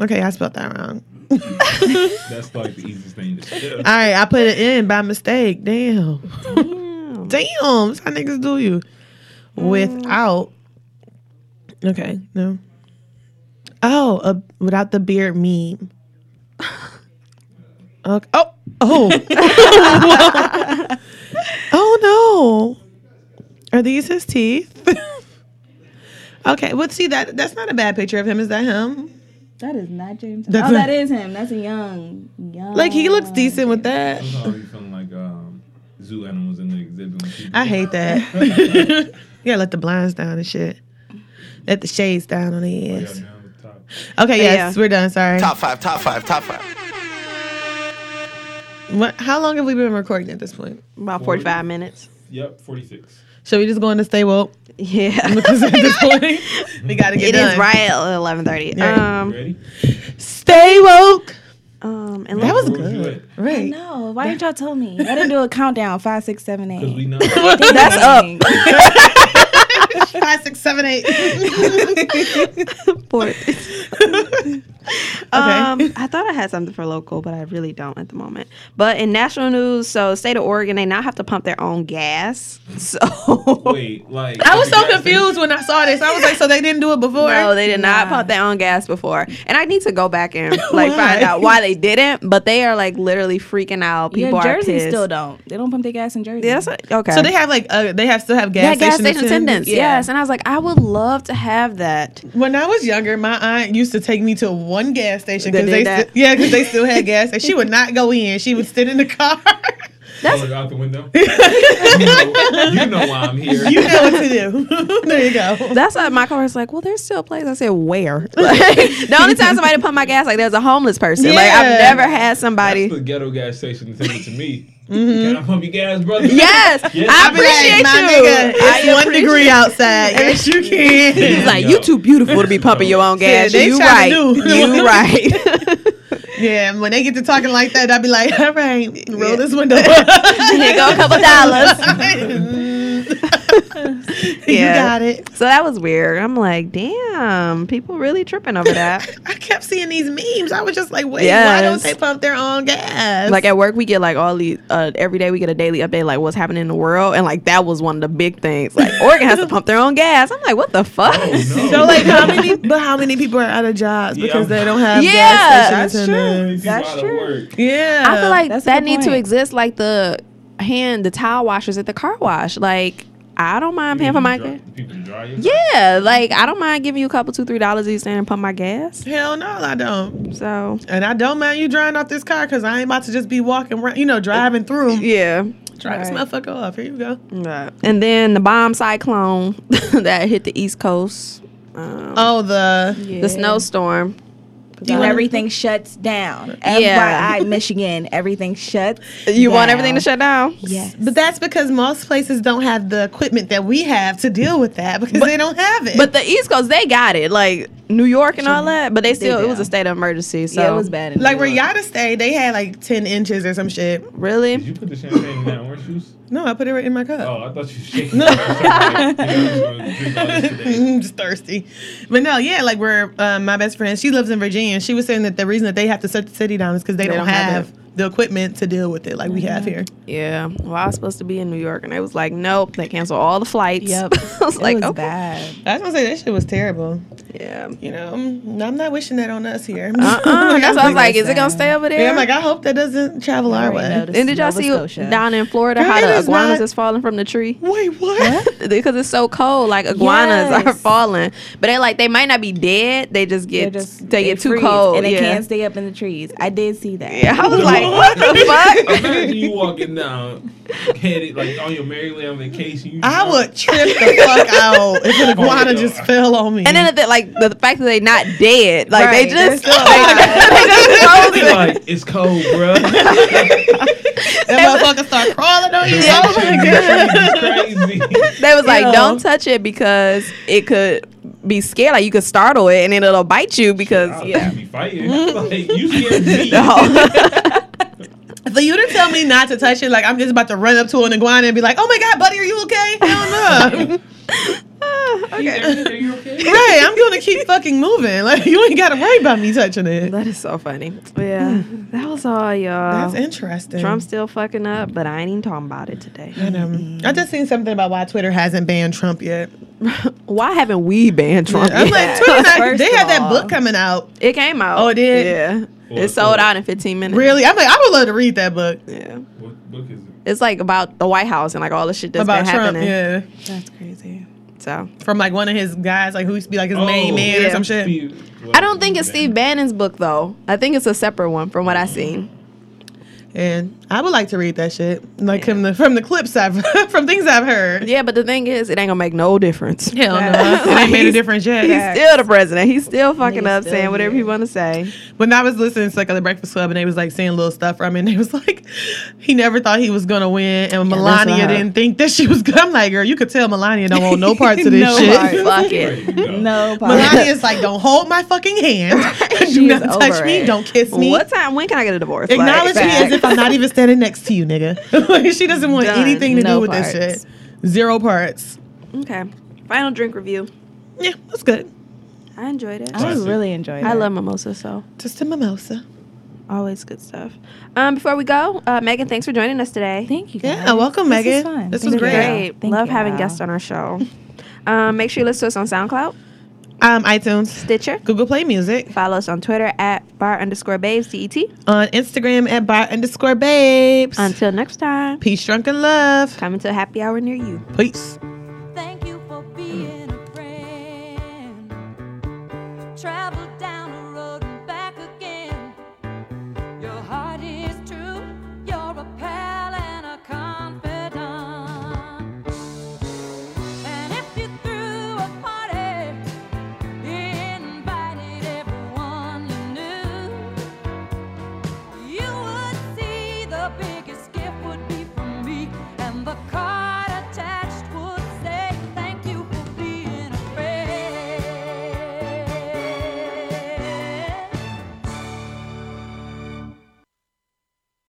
S5: Okay, I spelled that wrong.
S7: That's like the easiest thing to do.
S5: All right, I put it in by mistake. Damn. Damn. That's how niggas do you. Without. Okay, no. Oh, a, without the beard meme. Okay. Oh, oh. oh no. Are these his teeth? okay, well, see, that that's not a bad picture of him. Is that him?
S6: That is not James.
S5: That's
S6: oh,
S5: a-
S6: that is him. That's a young, young.
S5: Like, he looks decent with that.
S7: I'm already feeling like um, zoo animals in the exhibit. when people-
S5: I hate that. yeah, let the blinds down and shit. Let the shades down on the
S7: Yeah,
S5: ears.
S7: now it's top.
S5: Okay, yes,
S4: Yeah.
S5: we're done. Sorry.
S2: Top five, top five, top five.
S5: What, how long have we been recording at this point?
S4: about forty five minutes.
S7: Yep, 46.
S5: Should we just go on to stay woke?
S4: Yeah,
S5: Because at this point, we gotta get
S4: it
S5: done.
S4: is right at eleven thirty.
S5: Yeah.
S4: Um,
S7: Ready?
S5: Stay woke.
S4: um, and
S5: That was
S7: Where was you
S5: good. Right.
S6: No, why didn't y'all tell me? I didn't do a countdown. Five, six, seven,
S7: Because we
S6: eight.
S7: know.
S6: That's up.
S5: Five, six, seven, eight.
S4: Um, I thought I had something for local, but I really don't at the moment. But in national news, so state of Oregon, they now have to pump their own gas. So
S7: Wait, like.
S5: I was so
S7: you guys think-
S5: confused when I saw this. I was like, so they didn't do it before?
S4: no, they did not pump their own gas before, and I need to go back and like find
S5: Why?
S4: out why they didn't. But they are like literally freaking out. People
S6: yeah,
S4: are
S6: Jersey
S4: pissed.
S6: still don't. They don't pump their gas in Jersey.
S4: Yeah, that's what- okay.
S5: so they have like uh, they have still have
S4: yeah,
S5: gas,
S4: gas station attendants.
S6: Yeah.
S4: Yes, and I was like, I would love to have that.
S5: When I was younger, my aunt used to take me to one gas station
S4: They
S5: because
S4: did
S5: they,
S4: that?
S5: sti- yeah, because they still had gas, and she would not go in. She would sit in the car.
S7: Oh, look out the window. you, know, you know why I'm here.
S5: you know what to do. there you go.
S4: That's why my car was like, well, there's still a place. I said, where? Like, the only time somebody pump my gas, like, there's a homeless person. Like,
S5: Yeah.
S4: I've never had somebody.
S7: That's the ghetto gas station attendant to me.
S5: Mm-hmm.
S7: Can I pump your gas, brother?
S4: Yes,
S7: Yes,
S4: I
S7: I'll be like,
S4: appreciate
S5: my
S4: you.
S5: nigga, it's
S4: I
S5: one
S4: appreciate-
S5: degree outside. Yes, you can.
S4: He's like,
S7: Yo.
S4: you too beautiful to be pumping your own
S5: Yeah,
S4: gas.
S5: they
S4: you right.
S5: tryna do.
S4: You right.
S5: Yeah, and when they get to talking like that, I'd be like, all right, roll this window up.
S4: Here go a couple dollars.
S5: You
S4: Yeah.
S5: got it.
S4: So that was weird. I'm like, damn, people really tripping over that.
S5: I kept seeing these memes. I was just like, wait, why don't
S4: Yes.
S5: they pump their own gas?
S4: like at work, we get like all these. Uh, every day we get a daily update, like what's happening in the world, and like that was one of the big things. Like Oregon has to pump their own gas. I'm like, what the fuck?
S7: Oh, no.
S5: so like how many but how many people are out of jobs
S7: Yeah.
S5: because they don't have
S4: Yeah,
S5: gas
S4: that's
S5: stations?
S4: true.
S5: attendants?
S7: That's true. Work.
S5: Yeah.
S4: I feel like
S6: That's a
S4: that
S6: good
S4: need to
S6: point.
S4: exist, like the hand, the towel washers at the car wash. Like I don't mind paying for my gas.
S7: People dry your
S4: Yeah, like I don't mind giving you a couple, two, three dollars each day and pump my gas.
S5: Hell no, I don't.
S4: So
S5: And I don't mind you drying off this car because I ain't about to just be walking, around, you know, driving through.
S4: yeah, Mm.
S5: Try this
S6: Right.
S5: motherfucker off. Here you go.
S4: And then the bomb cyclone that hit the East Coast, um,
S5: Oh, the
S4: the snowstorm.
S6: Do
S4: wanna-
S6: everything shuts down.
S4: Yeah.
S6: FYI, Michigan, everything shuts.
S4: You want
S6: down.
S4: everything to shut down?
S6: Yes.
S5: But that's because most places don't have the equipment that we have to deal with that because they don't have it.
S4: But the East Coast, they got it, like New York and all that. But they still, it was
S6: do.
S4: a state of emergency. So
S6: yeah, it was bad. in
S5: like
S6: New
S5: where
S6: York.
S5: Yada stayed, they had like ten inches or some shit.
S7: Did
S4: Really?
S7: you put the champagne in that orange juice?
S5: No, I put it right in my cup.
S7: Oh, I thought you shaking. No. I'm gonna drink all this today.
S5: I'm just thirsty. But no, yeah, like where um, my best friend, she lives in Virginia, and she was saying that the reason that they have to shut the city down is because they, don't,
S4: don't have Mm-hmm.
S5: have, the equipment to deal with it like we have here.
S4: Yeah. Well, I was supposed to be in New York, and they was like, nope. They canceled all the flights.
S6: Yep.
S4: I was
S6: It
S4: like,
S6: was
S4: okay.
S6: bad.
S5: I was gonna say that shit was terrible.
S4: Yeah.
S5: You know, I'm, I'm not wishing that on us here.
S4: Uh-uh. That's why I was like, is it gonna stay over there?
S5: Yeah, I'm like, I hope that doesn't travel our way.
S6: Alright,
S4: and did y'all
S6: Nova
S4: see
S6: Scotia.
S4: down in Florida
S5: Girl,
S4: how
S5: it
S4: the
S5: is
S4: iguanas
S5: not-
S4: is falling from the tree?
S5: Wait, what?
S4: because it's so cold, like iguanas
S6: Yes.
S4: are falling. But they like they might not be dead. They just
S6: They're
S4: get
S6: just-
S4: they, get too
S6: freeze,
S4: cold.
S6: and they
S4: yeah.
S6: can't stay up in the trees. I did see that.
S4: yeah, I was like, what the fuck?
S7: Imagine you walking down, headed like on your merry way on vacation. You
S5: I would trip the fuck out if an iguana just fell on me.
S4: And then the, like the fact that they not dead, like
S6: Right,
S4: they just
S6: they're still
S4: like, they just frozen.
S7: like it's cold, bro.
S5: that motherfucker start crawling on you.
S4: Yeah.
S5: Oh my god.
S7: crazy.
S4: They was like,
S5: Yo.
S4: don't touch it because it could be scared. Like you could startle it and then it'll bite you because
S7: I'll
S4: yeah.
S7: be fighting. Like you scared me.
S5: For you to tell me not to touch it, like I'm just about to run up to an iguana and be like, "Oh my god, buddy, are you okay?" I don't know.
S7: Everything, you okay?
S5: right? I'm gonna keep fucking moving. Like you ain't gotta worry about me touching it.
S4: that is so funny. Yeah,
S6: Hmm.
S4: that was all, y'all.
S5: That's interesting.
S4: Trump's still fucking up, but I ain't even talking about it today.
S5: I know. Um, I just seen something about why Twitter hasn't banned Trump yet.
S4: Why haven't we banned Trump?
S5: I'm
S4: yet?
S5: like, Twitter, not,
S6: First
S5: they
S6: of
S5: had that
S6: all.
S5: book coming out.
S4: It came out.
S5: Oh, it did?
S4: Yeah.
S7: Well,
S4: it sold
S7: cool.
S4: out in 15 minutes.
S5: Really? I'm like, I would love to read that book
S4: Yeah.
S7: What book is it?
S4: It's like about the White House and like all the shit that's
S5: about
S4: been
S5: Trump.
S4: happening.
S5: Yeah,
S6: That's crazy.
S4: So
S5: from like one of his guys, like who used to be like his main
S7: Oh,
S5: man or
S4: yeah.
S5: some shit.
S4: I don't think it's Steve Bannon's book though. I think it's a separate one from what I seen.
S5: And I would like to read that shit, like from the from the clips I've from things I've heard.
S4: Yeah, but the thing is, it ain't gonna make no difference.
S5: Hell no, it ain't made a difference yet.
S4: He's still the president. He's still fucking
S6: Nigga
S4: up,
S6: still
S4: saying whatever
S6: here.
S4: he want to say.
S5: when I was listening to like the Breakfast Club and they was like saying little stuff from it, and they was like, he never thought he was gonna win, and Melania
S4: her.
S5: didn't think that she was. gonna I'm like, girl, you could tell Melania don't want no parts of this
S6: No
S5: shit.
S6: part.
S4: Fuck it.
S7: No.
S6: No problem.
S5: Melania's like, don't hold my fucking hand, do
S6: She is
S5: not touch
S6: over
S5: me,
S6: it.
S5: don't kiss me.
S4: What time? When can I get a divorce? Like,
S5: Acknowledge me as
S4: facts.
S5: if I'm not even standing next to you, nigga. like, she doesn't want
S4: Done.
S5: anything to
S6: No
S5: do with this
S6: parts.
S5: shit. Zero parts.
S4: Okay. Final drink review.
S5: Yeah, that's good.
S4: I enjoyed it.
S6: I really enjoyed it.
S4: I love mimosa, so
S5: Just a mimosa.
S4: always good stuff. Um, before we go, uh, Megan, thanks for joining us today.
S6: Thank you.
S5: Yeah,
S6: guys.
S5: welcome,
S6: This
S5: Megan.
S6: was fun.
S5: This
S6: Thank
S5: was
S6: you.
S5: great.
S4: Great.
S6: Thank
S4: Love
S6: you.
S4: having guests on our show. Um, make sure you listen to us on SoundCloud,
S5: Um, iTunes,
S4: Stitcher.
S5: Google Play Music,
S4: Follow us on Twitter at bar underscore babes, E DET.
S5: on Instagram at bar underscore babes.
S4: Until next time,
S5: Peace, drunk, and love.
S4: coming to a happy hour near you.
S5: Peace.